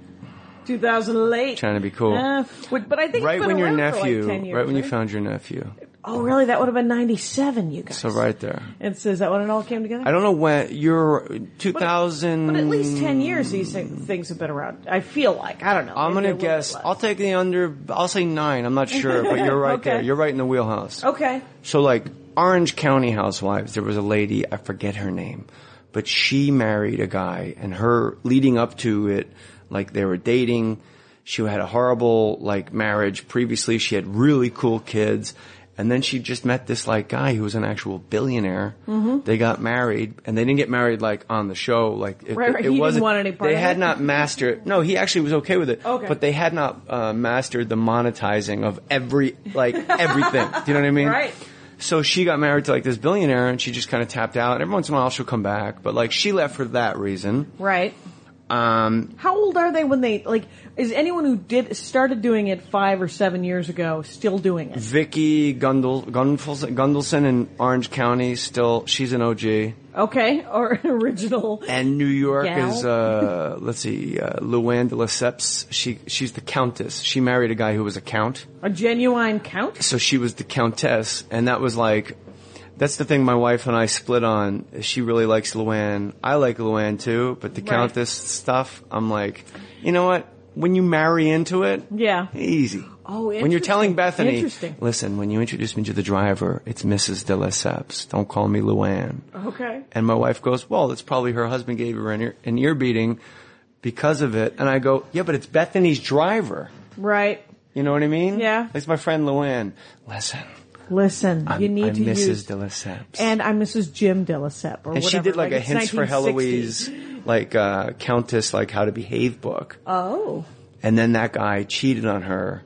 2008.
Trying to be cool.
Uh, but, but I think
Right
it's been
when your
around for
nephew,
like 10 years,
right when you found your nephew.
Oh, really? That would have been 97, you guys.
So right there.
And so is that when it all came together?
I don't know when you're
But-
2000.
But at least 10 years these thi- things have been around. I feel like. I don't know.
I'm
Maybe
gonna
a little
guess.
bit
I'll
less.
take the under. I'll say nine. I'm not sure, but you're right
Okay.
there. You're right in the wheelhouse.
okay.
So like Orange County Housewives, there was a lady, I forget her name, but she married a guy and her leading up to it, like they were dating. She had a horrible like marriage previously. She had really cool kids. And then she just met this like guy who was an actual billionaire.
Mm-hmm.
They got married and they didn't get married like on the show. Like it,
Right, right.
it
He didn't
wasn't,
want any part
they
of
had
it.
not mastered. No, he actually was okay with it,
Okay.
but they had not uh, mastered the monetizing of every, like everything. Do you know what I mean?
Right.
So she got married to like this billionaire and she just kind of tapped out. And every once in a while she'll come back, but like she left for that reason.
Right.
Um,
How old are they when they like? Is anyone who did started doing it five or seven years ago still doing it?
Vicky Gundel, Gundelson, Gundelson in Orange County still, she's an OG.
Okay, or original.
And New York
Gal.
is, uh, let's see, uh, Luann de Lesseps. She, she's the countess. She married a guy who was a count.
A genuine count?
So she was the countess. And that was like, that's the thing my wife and I split on. She really likes Luann. I like Luann too, but the
Right.
countess stuff, I'm like, you know what? When you marry into it,
Yeah.
easy.
Oh,
When you're telling
interesting.
Bethany,
Interesting.
listen, when you introduce me to the driver, it's Mrs. de Lesseps. Don't call me Luann.
Okay.
And my wife goes, well, it's probably her husband gave her an ear, an ear beating because of it. And I go, yeah, but it's Bethany's driver.
Right.
You know what I mean?
Yeah.
It's my friend Luann. Listen,
Listen,
I'm,
you need
I'm
to
Mrs.
use.
De Lesseps.
and I'm Mrs. Jim Dillasep, or
And she
whatever,
did like, a
it's
Hints for
1960.
Heloise, like uh, Countess, like How to Behave book.
Oh,
and then that guy cheated on her,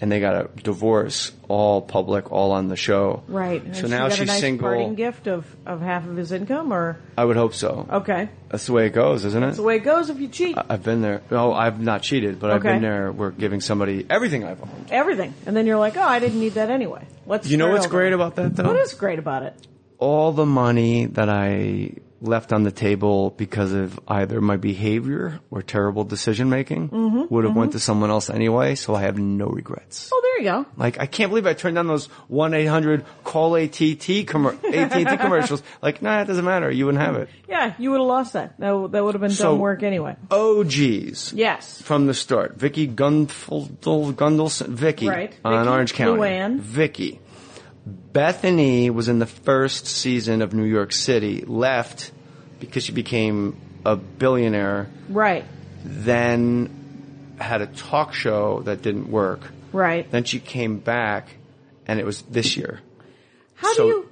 and they got a divorce, all public, all on the show.
right. And
So
she
now
got a
she's
nice Parting
single.
gift of of half of his income, or
I would hope so.
okay,
That's the way it goes, isn't it?
the way it goes if you cheat,
I've been there. No, I've not cheated, but I've
Okay.
been there. We're giving somebody everything I've owned.
everything, and then you're like, oh, I didn't need that anyway. Let's.
You know
start
what's
over.
great about that though?
What is great about it?
All the money that I left on the table because of either my behavior or terrible decision making would have went to someone else anyway, so I have no regrets.
Oh, there you go.
Like I can't believe I turned down those one eight hundred call ATT commer- AT&T commercials. Like nah, it doesn't matter. You wouldn't have it.
Yeah, you would have lost that. That, that would have been
So-
dumb work anyway.
Oh geez.
Yes.
From the start, Vicky Gundel Gundelson, Vicky
Right.
on
Vicky,
Orange County,
Luann.
Vicky. Bethany was in the first season of New York City. Left because she became a billionaire.
Right.
Then had a talk show that didn't work.
Right.
Then she came back, and it was this year.
How
So-
do you?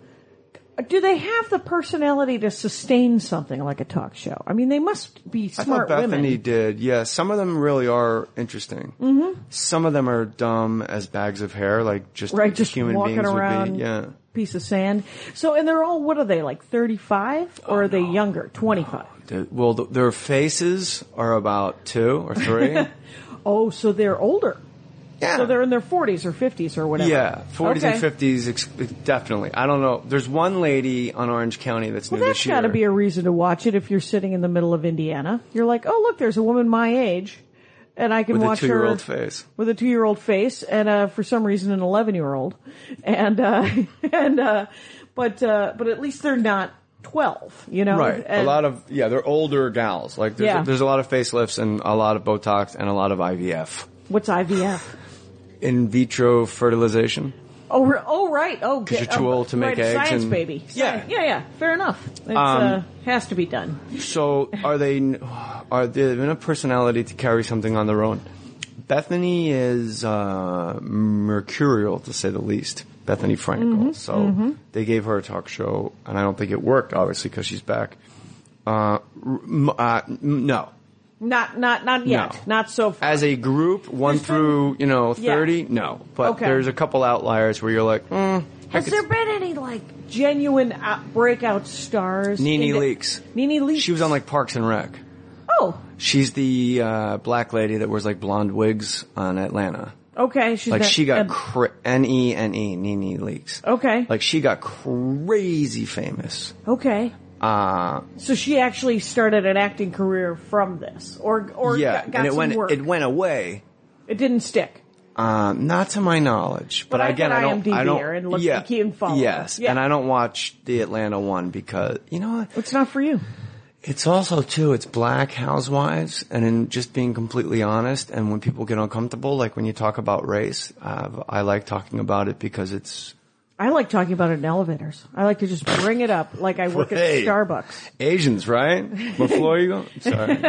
Do they have the personality to sustain something like a talk show? I mean, they must be
I
smart
thought Bethany
women.
did. Yeah, some of them really are interesting. Mm-hmm. Some of them are dumb as bags of hair, like just
Right, just
human
walking
beings
around,
would be. Yeah,
piece of sand. So, and they're all what are they like thirty five
Oh,
or are they younger twenty five?
The- well, th their faces are about two or three.
Oh, so they're older.
yeah,
So they're in their forties or fifties or whatever.
yeah, forties and
Okay.
fifties, ex- definitely. I don't know. There's one lady on Orange County that's
Well,
new
that's
this year.
got to be a reason to watch it if you're sitting in the middle of Indiana. You're like, oh look, there's a woman my age, and I can
with a
watch her
two-year-old face.
with a two year old face and uh, for some reason an eleven year old, and uh, and uh, but uh, but at least they're not twelve, you know.
Right, a
And-
lot of yeah, they're older gals. Like there's,
Yeah.
there's a lot of facelifts and a lot of Botox and a lot of IVF,
what's IVF?
in vitro fertilization.
Oh, re- oh, right. Oh, because
you're too old to make
right,
eggs
Science
and-
baby.
Yeah. Um,
Sci- yeah, yeah. Fair enough. It uh, has to be done.
So are they are they enough personality to carry something on their own? Bethany is uh, mercurial to say the least. Bethany
Mm-hmm.
Frankel. So they gave her a talk show, and I don't think it worked, obviously, because she's back. Uh, r- m- uh, n- no,
Not, not, not yet.
No.
Not so far.
as a group, one
There's been-
through you know
Yeah.
thirty, no. But
Okay.
there's a couple outliers where you're like, mm,
Has there been any like genuine out- breakout stars?
Nene
in the-
Leakes.
Nene Leakes.
She was on like Parks and Rec.
Oh,
She's the uh, black lady that wears like blonde wigs on Atlanta.
okay. She's
Like
not-
she got
um,
cra- N E N E Nene leaks.
okay.
Like she got crazy famous.
okay.
Uh
So she actually started an acting career from this, or or
yeah,
got, got
and it
some
went
work.
it went away.
It didn't stick.
Um, not to my knowledge, but,
But I
again,
get
I don't.
IMDb
I don't.
or and look-
yeah,
you can follow.
Yes,
Yeah.
and I don't watch the Atlanta one because you know what?
It's not for you.
It's also too. It's black housewives, and in just being completely honest, and when people get uncomfortable, like when you talk about race, uh, I like talking about it because it's
I like talking about it in elevators. I like to just bring it up like I work
Hey.
at Starbucks.
Asians, right? Before you go, sorry.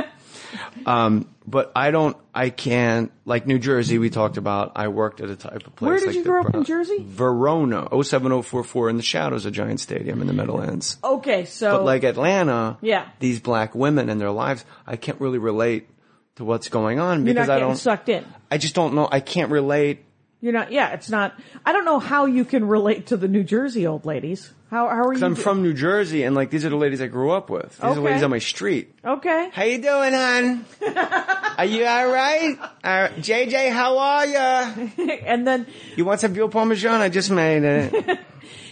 Um, but I don't, I can't, like New Jersey, we talked about, I worked at a type of place.
Where did
like
you
the
grow up in
Bron-
Jersey?
Verona, 07044 in the shadows of Giant Stadium in the Meadowlands.
Okay, so
But like Atlanta,
Oh. Yeah.
these black women and their lives, I can't really relate to what's going on
you're not
because I
getting
don't,
sucked in.
I just don't know, I can't relate.
You're not. Yeah, it's not. I don't know how you can relate to the New Jersey old ladies. How how are you?
'Cause I'm
do-
from New Jersey and like these are the ladies I grew up with. These are the
Okay.
ladies on my street.
Okay.
How you doing, hon? are you all right? Uh, JJ, how are ya?
And then,
You want some veal parmesan? I just made it.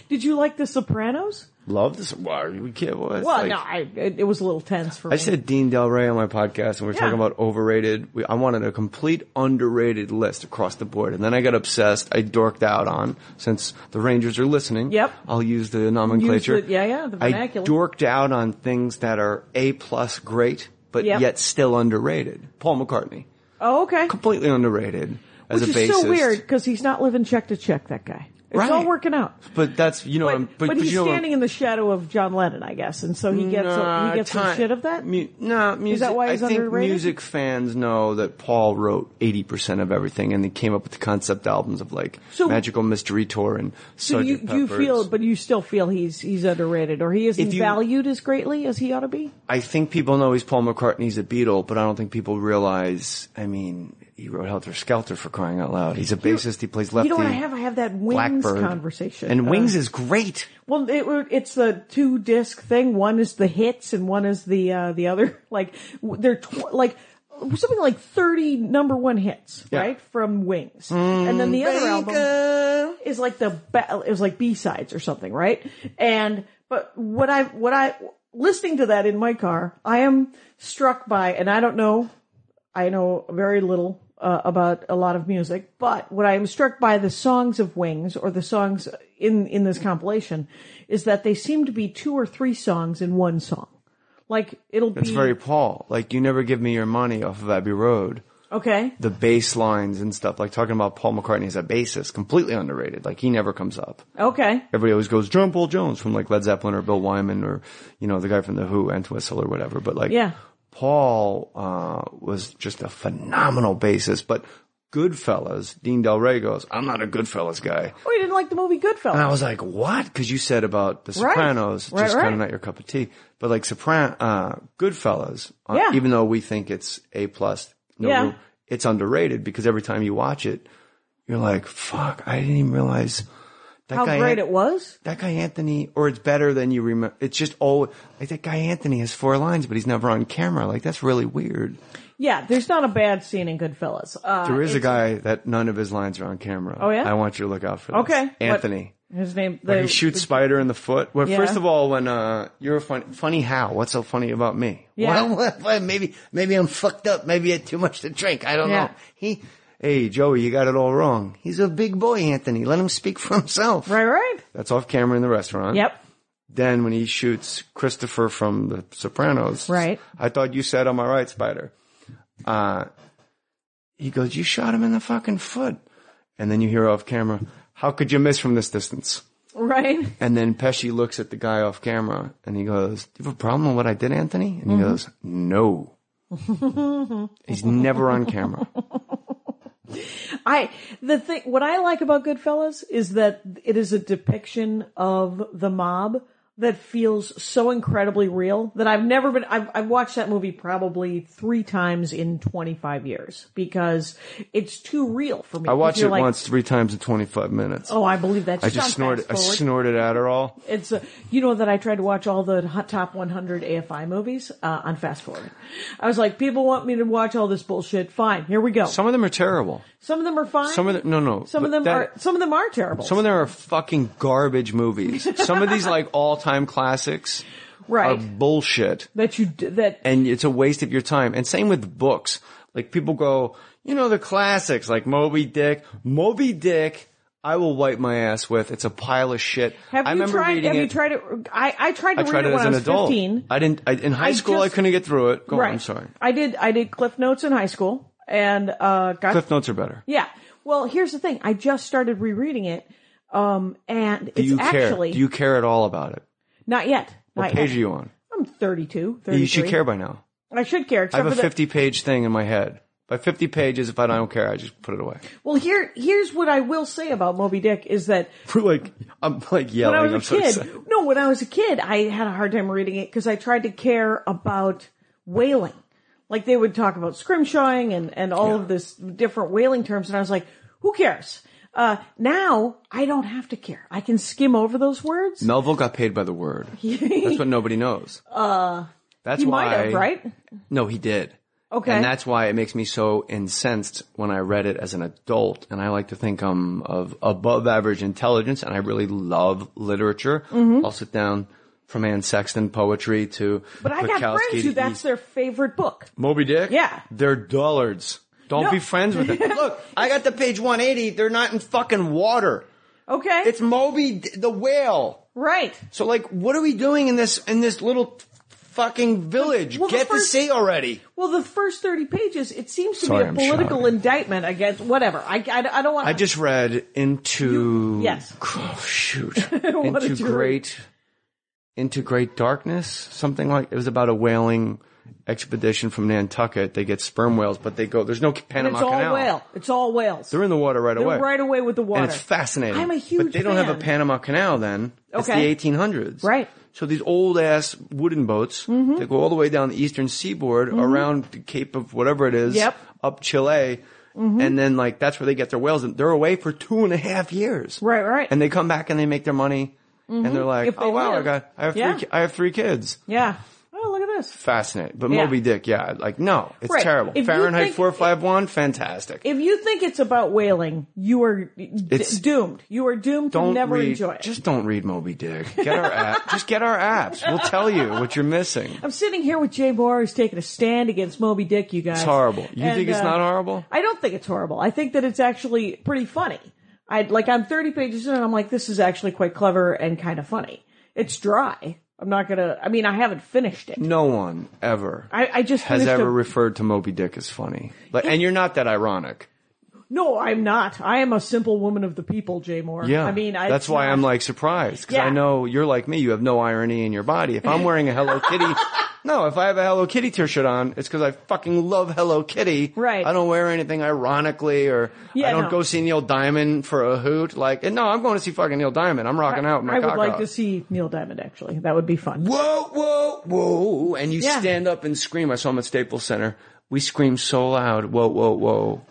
did you like The Sopranos?
Love this? Why are you kidding? Well, it's
Well,
like-
no, I, it, it was a little tense for
I
me.
said Dean Del Rey on my podcast, and we are
Yeah.
talking about overrated. We, I wanted a complete underrated list across the board, and then I got obsessed. I dorked out on since the Rangers are listening.
Yep.
I'll use the nomenclature.
Use the- yeah, yeah, the
I
vernacular.
dorked out on things that are a plus great, but
Yep.
yet still underrated. Paul McCartney,
oh, okay.
completely underrated as
Which
a bassist.
is so weird because he's not living check to check. That guy. It's all
Right.
working out.
But that's you know,
But,
I'm-
but,
but,
he's
you know, I'm-
standing in the shadow of John Lennon, I guess, and so he gets
Nah,
he gets some
time-
shit of that.
Mu- nah, music.
why he's
I think
underrated?
music fans know that Paul wrote eighty percent of everything, and he came up with the concept albums of like
So-
Magical Mystery Tour and
So you,
Sgt.
you
Pepper's.
feel, but you still feel he's he's underrated, or he isn't
If you-
valued as greatly as he ought to be.
I think people know he's Paul McCartney's a Beatle, but I don't think people realize. I mean, he wrote Helter Skelter for crying out loud. He's a bassist. He plays lefty.
You know what I have? I have that Wings
Blackbird
conversation.
and
Uh,
Wings is great.
Well, it, were- it's the two disc thing. One is the hits, and one is the uh, the other. Like w- they're tw- like something like thirty number one hits,
Yeah.
right? From Wings, and then the other album is like the ba- it was like B sides or something, right? And but what I what I listening to that in my car, I am struck by, and I don't know, I know very little uh, about a lot of music, but what I am struck by the songs of Wings or the songs in in this compilation is that they seem to be two or three songs in one song. Like it'll
That's
be
very Paul. Like you never give me your money off of Abbey Road.
okay.
the bass lines and stuff, like talking about Paul McCartney as a bassist, completely underrated. Like he never comes up.
Okay.
Everybody always goes John Paul Jones from like Led Zeppelin or Bill Wyman or you know the guy from the Who, Entwistle or whatever. But like
Yeah.
Paul uh, was just a phenomenal bassist. But Goodfellas, Dean Del Rey goes, I'm not a Goodfellas guy.
Oh, you didn't like the movie Goodfellas.
And I was like, what? Because you said about the
Right.
Sopranos,
Right,
just
right.
kind of not your cup of tea. But like Sopran, uh, Goodfellas, uh,
Yeah.
even though we think it's A plus, no,
Yeah.
room, it's underrated because every time you watch it, you're like, fuck, I didn't even realize that
How
guy.
great
An-
it was.
that guy Anthony, or it's better than you remember. It's just oh, like that guy Anthony has four lines, but he's never on camera. Like that's really weird.
Yeah, there's not a bad scene in Goodfellas. Uh,
There is a
it's-
guy that none of his lines are on camera.
Oh, yeah?
I want you to look out for this.
Okay. What-
Anthony.
His name.
Like
the-
he shoots Spider in the foot. Well,
Yeah.
first of all, when uh, you're funny, funny how? What's so funny about me?
Yeah.
Well, well, maybe maybe I'm fucked up. Maybe I had too much to drink. I don't
Yeah.
know. He, hey Joey, you got it all wrong. He's a big boy, Anthony. Let him speak for himself.
Right, right.
That's off camera in the restaurant.
Yep.
Then when he shoots Christopher from The Sopranos,
Right.
I thought you said on my right, Spider. Uh, he goes, "You shot him in the fucking foot," and then you hear off camera, "How could you miss from this distance?"
Right.
And then Pesci looks at the guy off camera and he goes, Do you have a problem with what I did, Anthony? And
Mm-hmm.
he goes, No. He's never on camera.
I the thing what I like about Goodfellas is that it is a depiction of the mob that feels so incredibly real that I've never been I've I've watched that movie probably 3 times in 25 years because it's too real for me.
I watched
You're
it
like,
once three times in 25 minutes.
Oh, I believe that.
I just snorted, I snorted Adderall.
It's a, you know that I tried to watch all the hot top 100 AFI movies uh, on fast forward. I was like, people want me to watch all this bullshit. Fine, here we go. Some,
Some of them are terrible.
of them are fine.
Some of them, no, no.
Some of
but
them
that-
are. Some of them are terrible.
Some of them are fucking garbage movies. Some of these like all-time classics are
right.
bullshit.
that you d- that
Um, and it's a waste of your time. And same with books. Like people go, you know, the classics like Moby Dick. Moby Dick, I will wipe my ass with. It's a pile of shit.
have
I
you
remember
tried?
reading
Have
it.
you tried it? I I tried to
I
read
tried
it,
it
when
as
I
an
was
adult.
15.
I didn't. I, in high
I
school, I
just-
couldn't get through it. Go
right.
on. I'm sorry.
I did. I did Cliff Notes in high school and uh, got
Cliff notes are better.
yeah. Well, here's the thing. I just started rereading it, um, and
Do
it's
you
actually
care? Do you care at all about it?
not yet.
What
not
page
yet.
are you on?
I'm 32, 33.
You should care by now.
I should care.
I
Except
have a
for that.
50 page thing in my head. By 50 pages, if I don't care, I just put it away.
Well, here here's what I will say about Moby Dick is that
We're like, I'm like yelling.
when I was
I'm
a
so
kid,
excited.
no, when I was a kid, I had a hard time reading it because I tried to care about whaling. Like they would talk about scrimshawing and, and all of this different whaling terms. And I was like, who cares? Uh, now I don't have to care. I can skim over those words.
Melville got paid by the word. That's what nobody knows. Uh, That's
you
why.
might have, right?
No, he did.
Okay.
And that's why it makes me so incensed when I read it as an adult. And I like to think I'm of above average intelligence and I really love literature.
Mm-hmm.
I'll sit down from Anne Sexton poetry to
but I got
Bukowski
friends
to
who that's
East-
their favorite book.
Moby Dick?
Yeah.
They're dullards. Don't
No.
be friends with them. Look, I got to page 180. They're not in fucking water.
Okay.
It's Moby D- the whale.
right.
So like, what are we doing in this in this little fucking village?
Well, the
Get
first-
to sea already.
Well, the first 30 pages, it seems to
Sorry,
be a
I'm
political
shouting.
indictment against whatever. I, I, I don't want
I just read into
You- yes.
oh, shoot
What
into
did you read?
great into great darkness something like it was about a whaling expedition from Nantucket. They get sperm whales, but they go there's no Panama
It's all
Canal.
whale. It's all whales.
They're in the water right
They're
away.
right away with the water.
And it's fascinating.
I'm a huge
But they don't have a
fan.
Panama Canal then. It's
Okay.
the 1800s.
Right. Mm-hmm.
So these old ass wooden boats that go all the way down the eastern seaboard around the Cape of whatever it is,
Yep. Mm-hmm.
up Chile. And then like that's where they get their whales and they're away for two and a half years.
Right, right. Mm-hmm.
And they come back and they make their money and they're like,
If they
Oh wow, I
live.
got I have
Yeah.
three ki- I have three kids.
yeah. Oh, look at this.
Fascinating. But
Yeah.
Moby Dick, yeah, like no, it's
Right.
terrible.
If you
Fahrenheit
think-
four five one, fantastic.
If you think it's about whaling, you are d-
It's-
doomed. You are doomed to
don't
never
read,
enjoy it.
Just don't read Moby Dick. Get our app. Just get our apps. We'll tell you what you're missing.
I'm sitting here with Jay Moore, who's taking a stand against Moby Dick. You guys,
It's horrible. You
And,
think it's
uh,
not horrible?
I don't think it's horrible. I think that it's actually pretty funny. I like I'm 30 pages in, and I'm like, this is actually quite clever and kind of funny. It's dry. I'm not gonna. I mean, I haven't finished it.
No one ever
I, I just
has
finished
ever
a-
referred to Moby Dick as funny. Like, and you're not that ironic.
no, I'm not. I am a simple woman of the people, Jay Moore.
Yeah.
I mean, I,
that's why
not-
I'm like surprised because I
Yeah.
know you're like me. You have no irony in your body. If I'm wearing a Hello Kitty, no, if I have a Hello Kitty t-shirt on, it's because I fucking love Hello Kitty.
Right.
I don't wear anything ironically or
Yeah,
I don't
no.
go see Neil Diamond for a hoot. Like, and no, I'm going to see fucking Neil Diamond. I'm rocking out. with My
I would
cock
like
out.
to see Neil Diamond. Actually, that would be fun.
whoa, whoa, whoa. And you
Yeah.
stand up and scream. I saw him at Staples Center. We screamed so loud, whoa, whoa, whoa,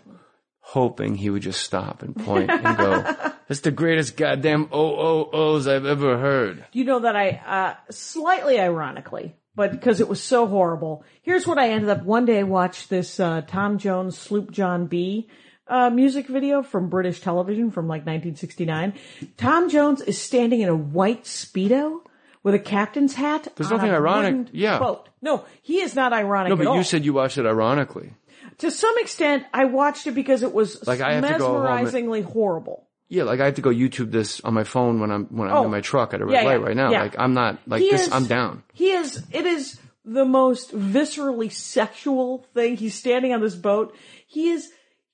hoping he would just stop and point and go, that's the greatest goddamn OOOs I've ever heard.
you know that I uh, slightly ironically, but because it was so horrible, here's what I ended up. One day, I watched this uh, Tom Jones Sloop John B. Uh, music video from British television from like 1969. Tom Jones is standing in a white speedo with a captain's hat. There's
nothing ironic. Yeah.
Boat. No, he is not ironic
No,
at
but
all.
you said you watched it ironically.
to some extent, I watched it because it was
Like, I have to go home and-
mesmerizingly horrible.
Yeah, like I have to go YouTube this on my phone when I'm when I'm
Oh.
in my truck at a red
Yeah, yeah,
light right now.
yeah.
Like I'm not like
He
this.
is-
I'm down.
He is. It is the most viscerally sexual thing. He's standing on this boat. He is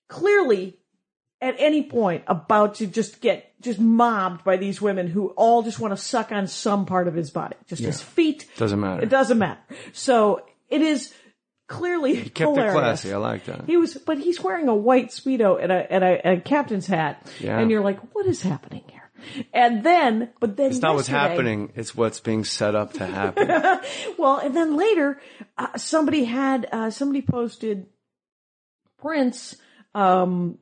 clearly at any point about to just get just mobbed by these women who all just want to suck on some part of his body, just his feet.
Doesn't matter.
It doesn't matter. So it is clearly he
Kept
hilarious.
it classy. I like that.
He was, but he's wearing a white speedo and a and a, and a captain's hat,
Yeah.
and you're like, what is happening here? And then, but then
it's not what's
yesterday-
happening. It's what's being set up to happen.
well, and then later, uh, somebody had uh, somebody posted Prince um,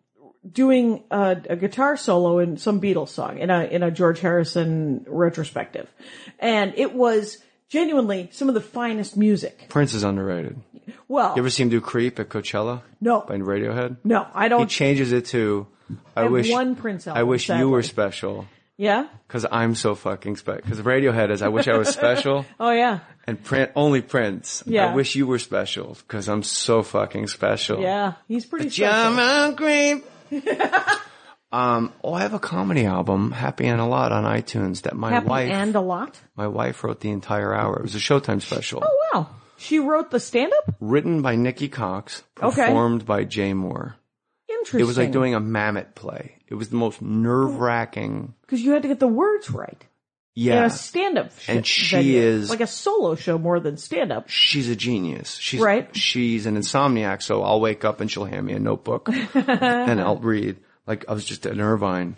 doing a, a guitar solo in some Beatles song in a in a George Harrison retrospective, and it was genuinely some of the finest music.
Prince is underrated. You
Well,
ever see him do "Creep" at Coachella?
no,
By Radiohead.
no, I
He
don't.
changes it to. I
have
wish
one Prince
I
album,
wish
sadly.
you were special
yeah.
because I'm so fucking special. Because Radiohead is I wish I was special
Oh yeah.
and Prince only Prince.
Yeah.
I wish you were special because I'm so fucking special.
Yeah. He's pretty special.
German cream. um, oh, I have a comedy album, Happy and a Lot, on iTunes that my
Happy
wife
and a lot.
my wife wrote the entire hour. It was a Showtime special,
Oh wow. She wrote the stand up?
written by Nikki Cox,
Okay.
performed by Jay Moore.
Interesting.
It was like doing a mammoth play. It was the most nerve wracking.
because you had to get the words right. in
Yeah,
a stand-up sh-
And she
venue.
is-
like a solo show more than stand-up
she's a genius. She's
Right.
She's an insomniac, so I'll wake up and she'll hand me a notebook and I'll read. Like I was just at Irvine,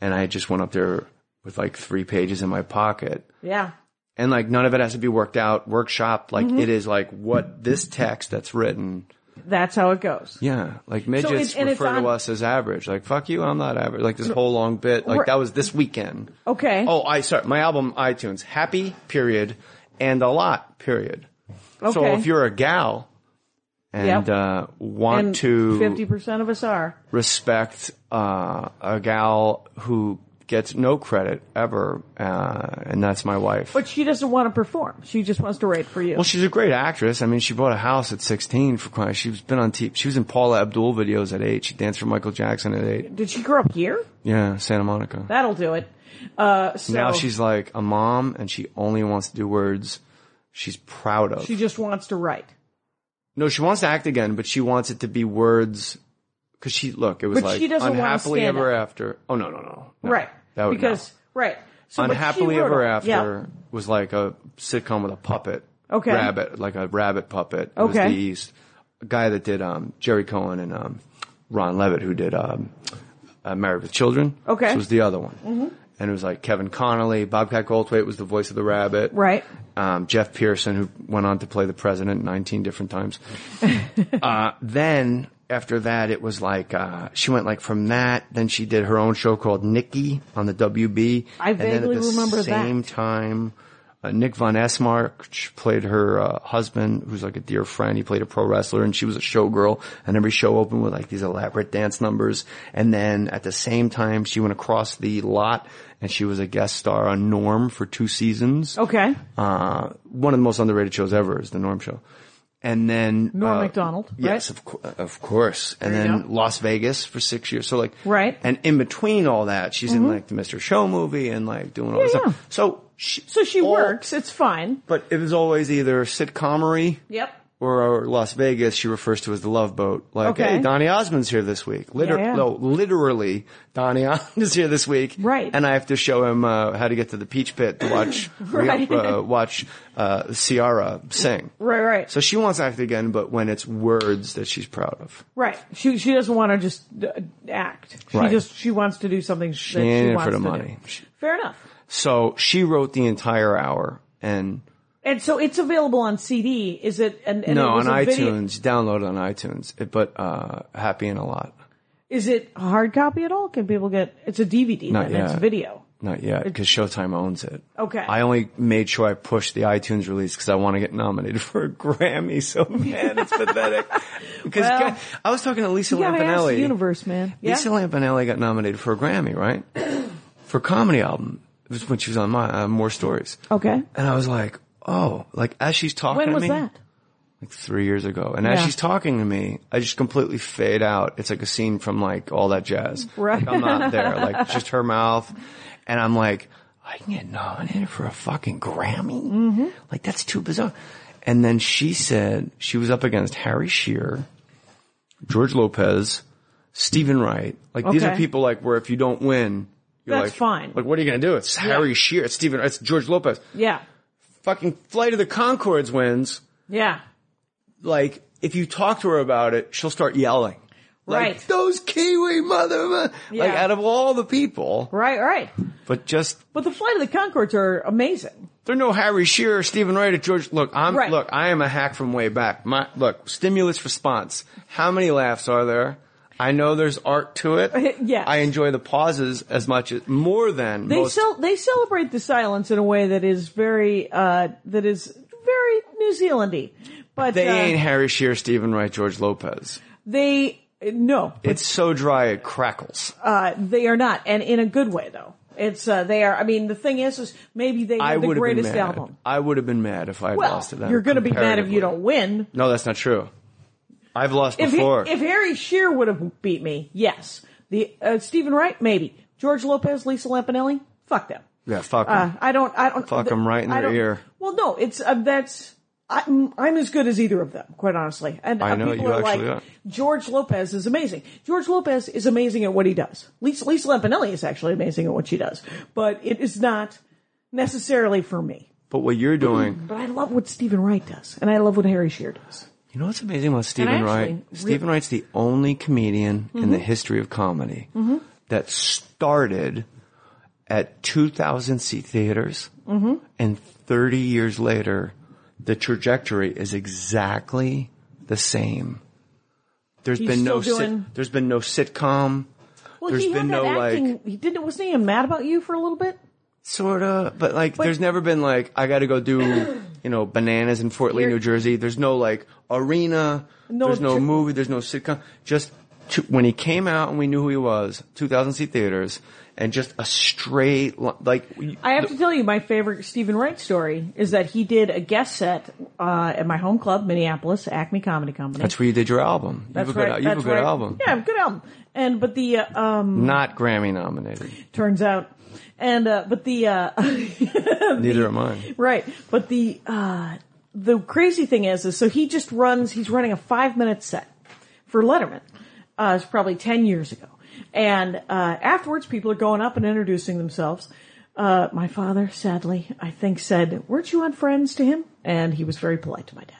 and I just went up there with like three pages in my pocket,
yeah
and like none of it has to be worked out, workshopped.
Mm-hmm.
Like it is like what this text that's written.
that's how it goes
Yeah, like midgets
it's- and it's
refer
on-
to us as average. Like fuck you, I'm not average. Like this whole long bit. Like
Right.
that was this weekend.
okay
Oh, I sorry. My album iTunes happy period and a lot period.
okay
So if you're a gal and
Yep.
uh, want
And
to
50% of us are.
respect uh, a gal who gets no credit ever, uh, and that's my wife.
But she doesn't want to perform. She just wants to write for you.
well, she's a great actress. I mean, she bought a house at 16 for crying. She's been on TV. She was in Paula Abdul videos at eight. She danced for Michael Jackson at eight.
Did she grow up here?
Yeah, Santa Monica.
That'll do it. Uh, so
now she's like a mom, and she only wants to do words she's proud of.
she just wants to write.
no, she wants to act again, but she wants it to be words. Because she look, it was
But
like
she doesn't wanna
unhappily
stand
ever
up.
after. Oh no, no, no, no.
right.
That would, no.
because, right. So, but she
Unhappily
wrote
Ever
it.
After
Yeah.
was like a sitcom with a puppet.
Okay.
Rabbit, like a rabbit puppet. It was
Okay.
the East. A guy that did um, Jerry Cohen and um, Ron Levitt, who did um, uh, Married with Children.
Okay. Mm-hmm.
This was the other one. And it was like Kevin Connolly, Bobcat Goldthwait was the voice of the rabbit.
Right.
Um, Jeff Pearson, who went on to play the president 19 different times. uh, then after that, it was like, uh, she went like from that, then she did her own show called Nikki on the WB.
I
and then
vaguely
at the
remember that.
same time, uh, Nick Von Esmarch played her uh, husband, who's like a dear friend. He played a pro wrestler, and she was a showgirl. And every show opened with like these elaborate dance numbers. And then at the same time, she went across the lot, and she was a guest star on Norm for two seasons.
Okay.
Uh, one of the most underrated shows ever is the Norm Show. And then
Norm
uh,
Macdonald,
yes,
right?
of, cou- of course. And
There you
then
go.
Las Vegas for six years. So like,
Right. Mm-hmm.
And in between all that, she's in like the Mr. Show movie and like doing all this
yeah.
stuff. So she,
So she
all-
works. It's fine.
but it was always either sitcomery
Yep.
or, or Las Vegas. She refers to as the Love Boat. Like,
Okay.
hey, Donny Osmond's here this week. Liter-
Yeah, yeah.
No, literally, Donny Osmond is here this week.
Right.
And I have to show him uh, how to get to the Peach Pit to watch
Right.
uh, watch uh, Ciara sing.
Right, right.
So she wants to act again, but when it's words that she's proud of.
right. She, she doesn't want to just uh, act. She
Right.
just, she wants to do something she, that
ain't in
she
it for
wants
the
to
money.
do. Fair enough.
So she wrote the entire hour and
And so it's available on CD. Is it? And, and it
no on
was a
iTunes,
video-
download on iTunes, It- but uh, happy and a lot.
Is it a hard copy at all? Can people get? It's a DVD.
Not
then. It's
yet.
video.
Not yet, because Showtime owns it.
Okay.
I only made sure I pushed the iTunes release because I want to get nominated for a Grammy so bad. It's pathetic. Because
Well,
I was talking to Lisa
Yeah, I asked the
Lampanelli.
universe, man. Yeah.
Lisa Lampanelli got nominated for a Grammy, right? for a comedy album. It was when she was on my uh, More Stories.
Okay.
And I was like, oh, like as she's talking
When
to
was
me,
that?
like three years ago. And as
Yeah.
she's talking to me, I just completely fade out. It's like a scene from like all that jazz.
Right.
Like I'm not there. Like it's just her mouth. And I'm like, I can get nominated for a fucking Grammy. Mm-hmm. Like that's too bizarre. And then she said she was up against Harry Shearer, George Lopez, Stephen Wright. Like these
Okay.
are people like where if you don't win, you're
That's
like,
fine.
Like what are you gonna do? It's Harry Shearer, it's Stephen, it's George Lopez.
Yeah.
Fucking Flight of the Concords wins
Yeah.
like if you talk to her about it, she'll start yelling. Like,
Right.
Those Kiwi mother,
Yeah.
like out of all the people,
Right. Right.
but just
But the Flight of the Concords are amazing.
there are no Harry Shearer, Stephen Wright, or George. Look, I'm
Right.
look, I am a hack from way back. My look, stimulus response. How many laughs are there? I know there's art to it.
Yes.
I enjoy the pauses as much as more than
They
most.
cel- they celebrate the silence in a way that is very uh that is very New Zealandy. But
they
uh,
ain't Harry Shearer, Stephen Wright, George Lopez.
They no.
It's so dry it crackles.
Uh, they are not, and in a good way though. It's uh, they are. I mean, the thing is, is maybe they
I
have the
would have been
greatest
mad.
album.
I would have been mad if I had
Well,
lost to them.
you're going to be mad if you
comparatively.
don't win.
No, that's not true. I've lost
If, he-
before.
if Harry Shearer would have beat me, yes. The uh, Stephen Wright, maybe. George Lopez, Lisa Lampanelli, fuck them.
yeah, fuck 'em.
Uh, I don't. I don't.
Fuck 'em right in
I
their
don't-
ear.
Well, no, it's uh, that's. I'm, I'm as good as either of them, quite honestly. And
I
uh,
know,
people
you
are
actually
like,
are.
George Lopez is amazing. George Lopez is amazing at what he does. Lisa, Lisa Lampanelli is actually amazing at what she does, but it is not necessarily for me.
But what you're doing,
But I love what Stephen Wright does, and I love what Harry Shearer does.
you know what's amazing about Stephen
actually Mm-hmm.
Wright?
really-
Stephen Wright's the only comedian in the history of comedy
Mm-hmm.
that started at 2,000 seat theaters,
Mm-hmm.
and 30 years later, the trajectory is exactly the same. There's
He's
been no
still
sit-
doing-
there's been no sitcom,
Well,
There's
he had
been
that
no, like-
acting. he didn't. Wasn't he mad about you for a little bit?
sort of, but like there's never been like I got to go do you know, bananas in Fort Lee,
You're-
New Jersey. There's no like arena.
No
there's no
tr-
movie. There's no sitcom. Just two, when he came out and we knew who he was, 2,000 seat theaters, and just a straight li- like.
I have to tell you, my favorite Stephen Wright story is that he did a guest set uh, at my home club, Minneapolis, Acme Comedy Company.
that's where you did your album. You have a good,
right,
you have a
that's
good
right.
album.
Yeah, good album. And but the uh, um
Not Grammy nominated.
turns out, and uh, but the uh,
Neither am I.
Right. But the uh, the crazy thing is, is so he just runs. He's running a five minute set for Letterman. Uh, it's probably ten years ago, and uh, afterwards, people are going up and introducing themselves. Uh, my father, sadly, I think said, "Weren't you on Friends?" to him, and he was very polite to my dad.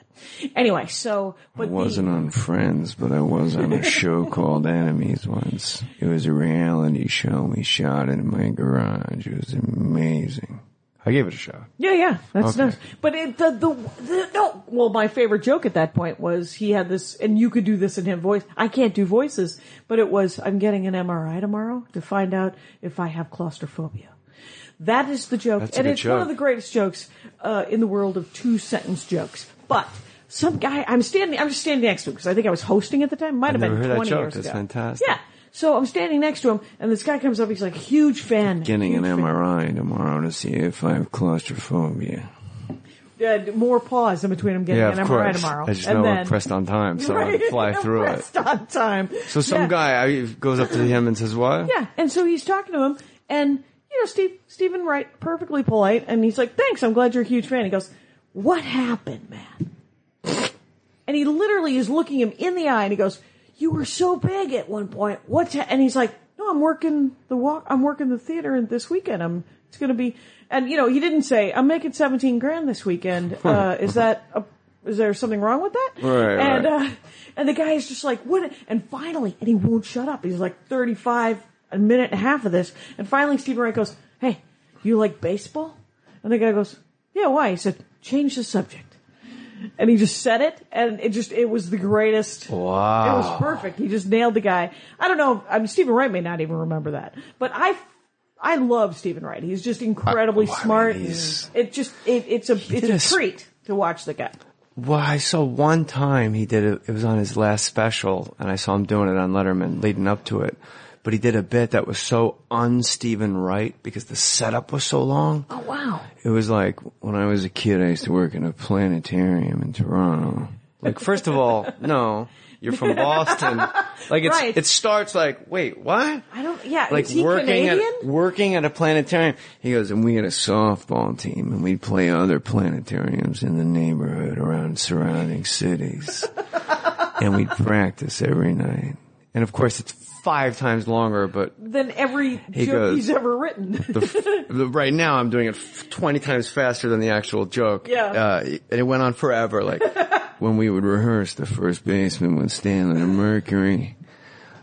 Anyway, so but the-
on Friends, but I was on a show called Enemies once. It was a reality show we shot in my garage. It was amazing. I gave it a shot.
Yeah, yeah, that's
Okay.
nice. But it, the, the the no, well, my favorite joke at that point was he had this, and you could do this in him voice. I can't do voices, but it was I'm getting an MRI tomorrow to find out if I have claustrophobia. That is the joke,
That's a
and
good
it's one
joke.
of the greatest jokes uh, in the world of two sentence jokes. But some guy, I'm standing, I'm just standing next to him because I think I was hosting at the time. Might have
never
been
heard that
20
joke.
years
That's
ago.
fantastic.
Yeah. So I'm standing next to him, and this guy comes up. He's like, huge fan.
Getting an
huge fan.
MRI tomorrow to see if I have claustrophobia.
uh, more pause in between them getting an MRI tomorrow.
I just
and
know
then,
I'm pressed on time, so I fly through it.
pressed on time.
So some
yeah.
guy I, goes up to him and says, "What?"
Yeah, and so he's talking to him, and you know, Steve Stephen Wright, perfectly polite, and he's like, "Thanks, I'm glad you're a huge fan." He goes, "What happened, man?" And he literally is looking him in the eye, and he goes, "You were so big at one point. What's?" Ha-? And he's like, "No, I'm working the walk. I'm working the theater and this weekend. I'm. It's going to be." And you know, he didn't say, "I'm making 17 grand this weekend. Uh, is that a?" Is there something wrong with that?
Right,
And
right.
Uh, and the guy is just like, what? And finally, and he won't shut up. He's like 35, a minute and a half of this. And finally, Stephen Wright goes, hey, you like baseball? And the guy goes, yeah, why? He said, change the subject. And he just said it, and it just, it was the greatest.
Wow.
It was perfect. He just nailed the guy. I don't know. I mean, Stephen Wright may not even remember that, but I, I love Stephen Wright. He's just incredibly
I mean,
smart. and
he's-
it just, it, it's a, it's
did a
a
s-
treat to watch the guy.
Well, I saw one time he did it. It was on his last special, and I saw him doing it on Letterman leading up to it. But he did a bit that was so un-Steven Wright because the setup was so long.
Oh, wow.
It was like when I was a kid, I used to work in a planetarium in Toronto. Like, first of all, no, you're from Boston. Like, it's,
Right.
it starts like, wait, what?
I don't. Yeah,
like
is he
working
Canadian?
at working at a planetarium. He goes, and we had a softball team, and we'd play other planetariums in the neighborhood around surrounding cities, and we'd practice every night. And of course, it's five times longer, but
than every joke
goes-
he's ever written.
the, f- the, right now I'm doing it f- 20 times faster than the actual joke.
Yeah.
Uh, and it went on forever. Like when we would rehearse, the first baseman would stand on a Mercury.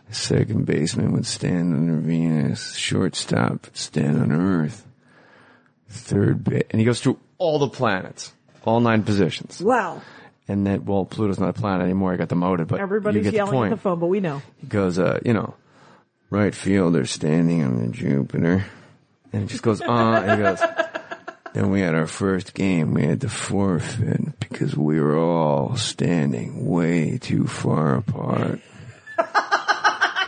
the Second baseman would stand on a Venus. Shortstop would stand on Earth. Third bit, and he goes through all the planets, all nine positions.
wow.
And then, well, Pluto's not a planet anymore. I got demoted, but you
Everybody's
get the
yelling
point
at the phone, but we know.
goes, uh, you know, right fielder standing on the Jupiter. And it just goes on and it goes. Then we had our first game. We had to forfeit because we were all standing way too far apart.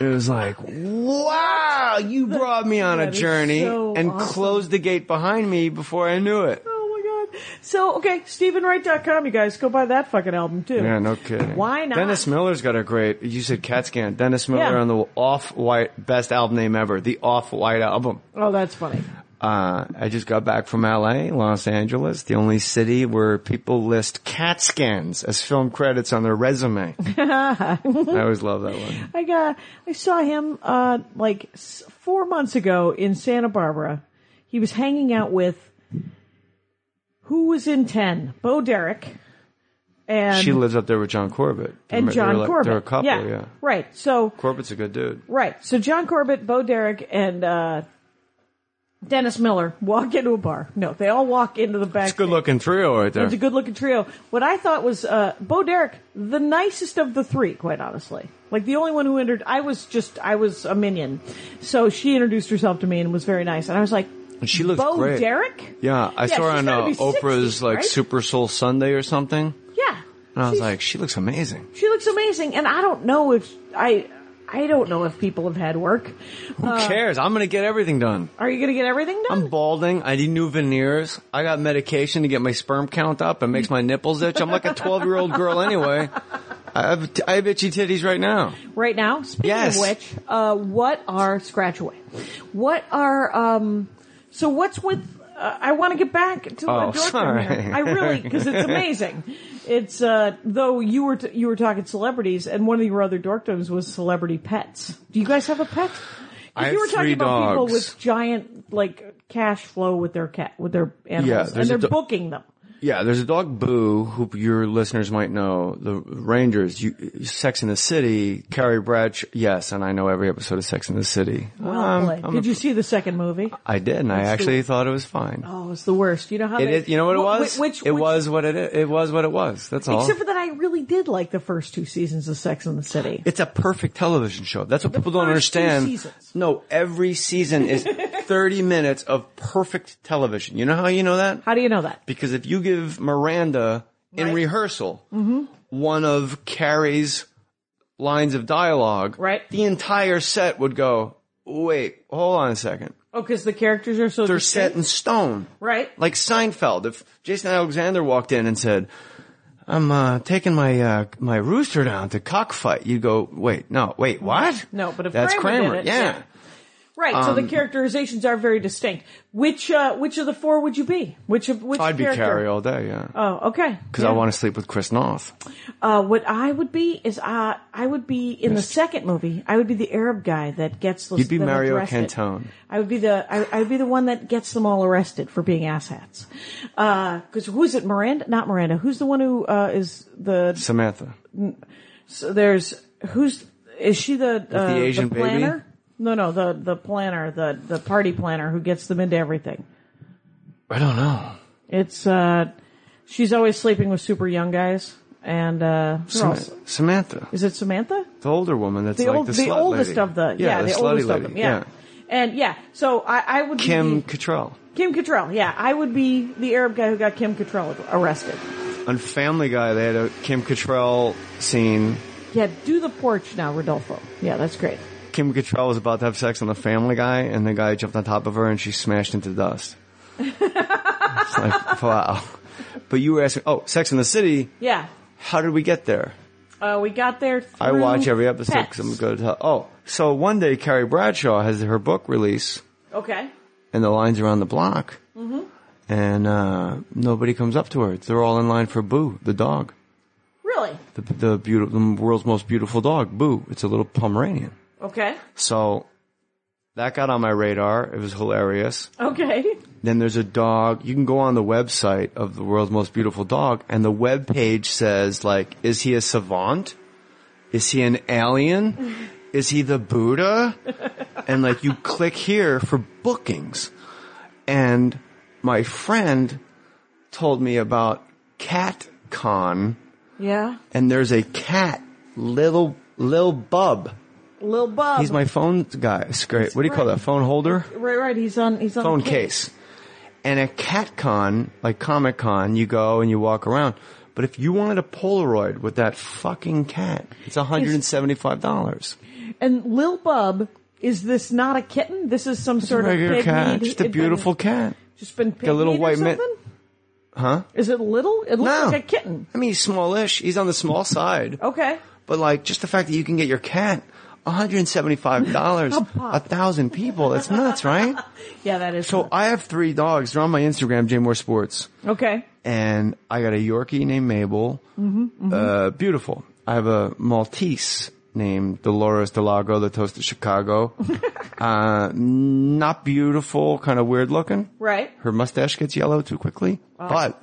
It was like, wow, you brought me on a
That is
journey
so
and
awesome.
closed the gate behind me before I knew it.
Oh my god. So okay, StephenWright.com, you guys go buy that fucking album too.
Yeah, no kidding.
Why not?
Dennis Miller's got a great. You said Cat Scan. Dennis Miller
Yeah.
on the Off White best album name ever, the Off White album.
Oh, that's funny.
Uh, I just got back from LA, Los Angeles, the only city where people list cat scans as film credits on their resume. I always love that one.
I got. I saw him uh like s- four months ago in Santa Barbara. He was hanging out with who was in ten? Bo Derek and
She lives up there with John Corbett.
and
They're
John
like-
Corbett.
They're a couple, yeah.
Right. So
Corbett's a good dude.
Right. So John Corbett, Bo Derek, and uh, Dennis Miller walk into a bar. No, they all walk into the back.
It's a good looking trio right there.
It's a good looking trio. What I thought was uh, Bo Derek, the nicest of the three, quite honestly. Like the only one who entered, I was just, I was a minion. So she introduced herself to me and was very nice. And I was like,
She looks
Bo
great.
Derek?
Yeah, I
Yeah,
saw her
she's
on
gotta
uh,
be 60,
Oprah's like
right?
Super Soul Sunday or something,
Yeah.
and I was
She's-
like, she looks amazing.
She looks amazing, and I don't know if I I don't know if people have had work.
Who
Uh,
cares? I'm gonna get everything done.
Are you gonna get everything done?
I'm balding. I need new veneers. I got medication to get my sperm count up. It makes my nipples itch. I'm like a 12 year old girl anyway. I have, I have itchy titties right now.
right now. Speaking
Yes.
of which, uh, what are scratch away? What are um? So what's with? Uh, I want to get back to
Oh,
uh, Dorkdom
sorry.
here. I really because it's amazing. It's uh though you were t- you were talking celebrities, and one of your other dorkdoms was celebrity pets. Do you guys have a pet? 'Cause
I have
you were
three
talking about people
dogs.
with giant like cash flow with their cat with their
Yeah,
animals,
there's
and
a
they're
do-
booking them.
Yeah, there's a dog Boo, who your listeners might know, the Rangers, you, Sex in the City, Carrie Bradshaw. Yes, and I know every episode of Sex in the City.
Well
Um,
played.
I'm
Did
a-
you see the second movie?
I did, and I
the-
actually thought it was fine.
Oh, it's the worst. You know how
It
they-
is, you know what it
Wh- wh-
was?
Which,
it
which-
was what it i- it was what it was. That's all.
Except for that, I really did like the first two seasons of Sex and the City.
It's a perfect television show. That's what people don't
first two
understand.
seasons.
No, every season is 30 minutes of perfect television. You know how you know that?
How do you know that?
Because if you give Miranda
Right.
in
Mm-hmm.
rehearsal one of Carrie's lines of dialogue,
Right.
the entire set would go, wait, hold on a second.
Oh, because the characters are so
They're
distinct?
set in stone.
right.
Like Seinfeld, if Jason Alexander walked in and said, "I'm uh, taking my uh, my rooster down to cockfight," you'd go, "Wait, no, wait, what?
No, but if
that's
Kramer did
Kramer,
it,
yeah.
yeah. right. so
um,
the characterizations are very distinct. Which uh, which of the four would you be? Which of which
I'd be
character?
Carrie all day, yeah,
Oh, okay.
because I want to sleep with Chris Noth.
Uh, what I would be is uh, I would be in the second movie. I would be the Arab guy that gets the.
You'd be
them
Mario
arrested.
Cantone.
I would be the I, I would be the one that gets them all arrested for being asshats. Because who's it? Miranda? Not Miranda. Who's the one who uh, is the
Samantha,
So there's who's is she the uh,
the Asian baby?
planner? No, no, the the planner, the the party planner who gets them into everything.
I don't know.
It's uh, she's always sleeping with super young guys, and uh, who
Sam-
else?
Samantha,
is it Samantha?
the older woman that's
The
like
old,
the,
the,
slut
oldest
lady.
of the yeah,
the,
the,
slutty
oldest
lady.
of them, yeah. And yeah, so I, I would
Kim
be
Cattrall
Kim Cattrall. Yeah, I would be the Arab guy who got Kim Cattrall arrested.
on Family Guy. They had a Kim Cattrall scene.
Yeah, do the porch now, Rodolfo. Yeah, that's great.
Kim Cattrall was about to have sex on The Family Guy, and the guy jumped on top of her, and she smashed into dust. it's like wow. But you were asking, oh, Sex in the City.
Yeah,
How did we get there?
uh, we got there. Through
I watch every episode
pets.
because I'm good. At, oh, so one day Carrie Bradshaw has her book release,
Okay.
and the lines are on the block,
Mm-hmm.
and uh, nobody comes up to her. They're all in line for Boo, the dog,
Really?
the the beautiful, the world's most beautiful dog. Boo, it's a little Pomeranian.
Okay.
So that got on my radar. It was hilarious.
Okay.
Then there's a dog. You can go on the website of the world's most beautiful dog and the web page says like, is he a savant? Is he an alien? Is he the Buddha? And like you click here for bookings. And my friend told me about CatCon
Yeah.
and there's a cat, little, little bub.
Lil Bub.
He's my phone guy. It's great. What do you call
right.
that? Phone holder?
right, right. He's on. He's on
phone
the
case. And at CatCon, like Comic Con, you go and you walk around. But if you wanted a Polaroid with that fucking cat, it's $175.
And Lil Bub is this not a kitten? This is some sort of
Regular
pig
cat,
meat.
just a
It'd
beautiful
Been,
cat.
just been pig
a little
meat or
white mi-
something? Huh? Is it little? It looks
No.
like a kitten.
I mean, he's smallish. He's on the small side.
Okay.
But like, just the fact that you can get your cat, $175, a thousand people, that's nuts, right?
Yeah, that is.
So I have three dogs. They're on my Instagram, Jay Moore Sports.
okay.
and I got a Yorkie named Mabel.
Mm-hmm,
Uh, beautiful. I have a Maltese named Dolores Delago, the toast of Chicago. uh, not beautiful, kind of weird looking.
Right.
Her mustache gets yellow too quickly. But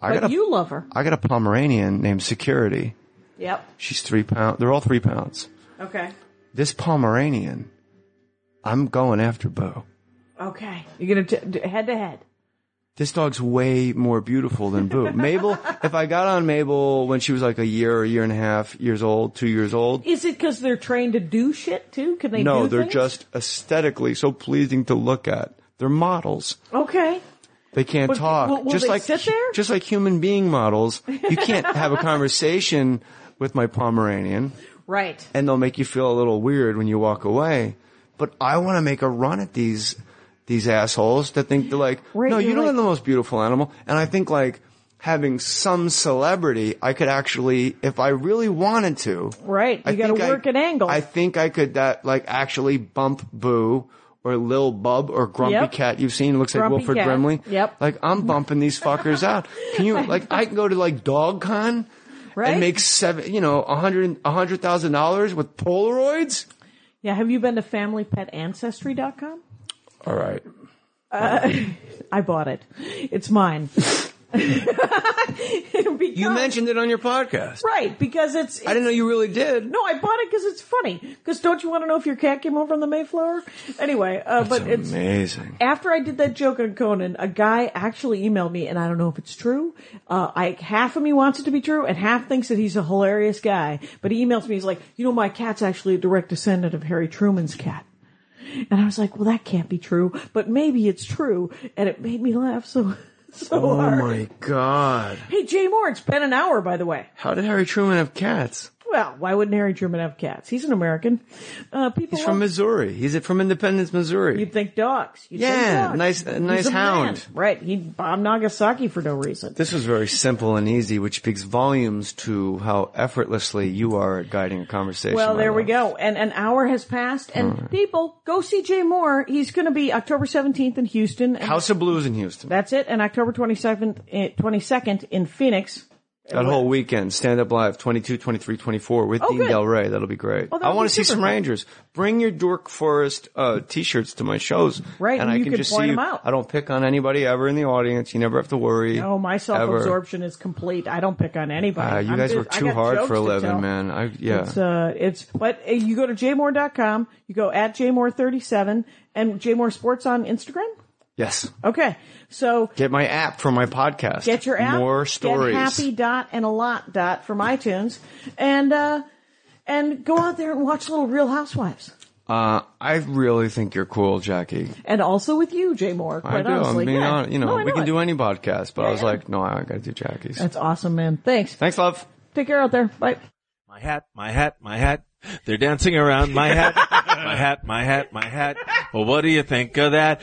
I got
But
a
you love her.
I got a Pomeranian named Security.
Yep.
She's three pounds. They're all three pounds.
Okay.
This Pomeranian, I'm going after Bo.
Okay. You're gonna t- d- head to head.
this dog's way more beautiful than Boo. Mabel, if I got on Mabel when she was like a year or a year and a half years old, two years old,
Is it because they're trained to do shit too? Can they?
no,
do
they're
things?
just aesthetically so pleasing to look at. They're models.
Okay.
They can't
But
talk.
will- will
just
they
like
sit there?
just like human being models, you can't have a conversation with my Pomeranian,
Right.
and they'll make you feel a little weird when you walk away. But I want to make a run at these these assholes that think they're like,
Right,
no, you
you're
don't
like-
have the most beautiful animal. And I think like having some celebrity, I could actually, if I really wanted to,
Right. You
I
gotta
think I-
work an angle.
I think I could that like actually bump Boo or Lil Bub or Grumpy
Yep.
Cat. You've seen looks
Grumpy
like Wilfred
Cat.
Brimley.
Yep.
Like I'm bumping these fuckers out. Can you like I can go to like Dog Con
Right?
and make seven, you know, a hundred a hundred thousand dollars with Polaroids.
Yeah. Have you been to familypetancestry.com?
All right.
I bought it. It's mine. Because-
You mentioned it on your podcast.
Right. Because it's.
I didn't know you really did.
No, I bought it because it's funny. Because don't you want to know if your cat came over on the Mayflower? Anyway, uh, but
It's
it's
amazing.
after I did that joke on Conan, a guy actually emailed me, and I don't know if it's true. Uh, I half of me wants it to be true, and half thinks that he's a hilarious guy. But he emails me, he's like, you know, my cat's actually a direct descendant of Harry Truman's cat. And I was like, well, that can't be true, but maybe it's true, and it made me laugh so so
Oh
hard.
my god.
Hey, Jay Moore, it's been an hour, by the way.
How did Harry Truman have cats?
Well, why wouldn't Harry Truman have cats? He's an American. Uh, people
He's from
love-
Missouri. He's from Independence, Missouri.
You'd think dogs. You'd think
Yeah,
dogs.
nice- a nice
He's man.
hound.
Right. He bombed Nagasaki for no reason.
This was very simple and easy, which speaks volumes to how effortlessly you are at guiding a conversation.
Well,
my
there we
love.
go. And an hour has passed. And people, go see Jay Moore. He's going to be October 17th in Houston. And
House of Blues in Houston. That,
that's it. And October 22nd, eh, 22nd in Phoenix.
whole weekend, stand up live 22, 23, 24 with
Oh,
Dean
good.
Del Rey. That'll be great.
Oh, that'll
I want
be
to see
super
some
fun.
Rangers. Bring your Dork Forest uh, t-shirts to my shows.
Right,
And
and
I
you
can
can
just
point
see
'em
you.
out.
I don't pick on anybody ever in the audience. You never have to worry.
Oh, my
ever.
self-absorption is complete. I don't pick on anybody.
Uh, you
I'm
guys
just-
work
I
too
got
hard
jokes
for a
to
living,
tell.
man. I, yeah.
It's, uh, it's, but uh, you go to jmore.com, you go at jmore37 and jmore sports on Instagram.
yes.
Okay. So
Get my app for my podcast.
Get your app.
More stories.
Get happy dot and a lot dot from iTunes, and uh, and go out there and watch little Real Housewives.
Uh, I really think you're cool, Jackie.
And also with you, Jay Moore. Quite
I do.
honestly,
I'm being
Yeah.
hon- You know,
No, I
we can
it.
do any podcast, but I was
yeah.
like, no, I got to do Jackie's.
That's awesome, man. Thanks.
Thanks, love.
Take care out there. Bye.
My hat, my hat, my hat. They're dancing around my hat, my hat, my hat, my hat. Well, what do you think of that?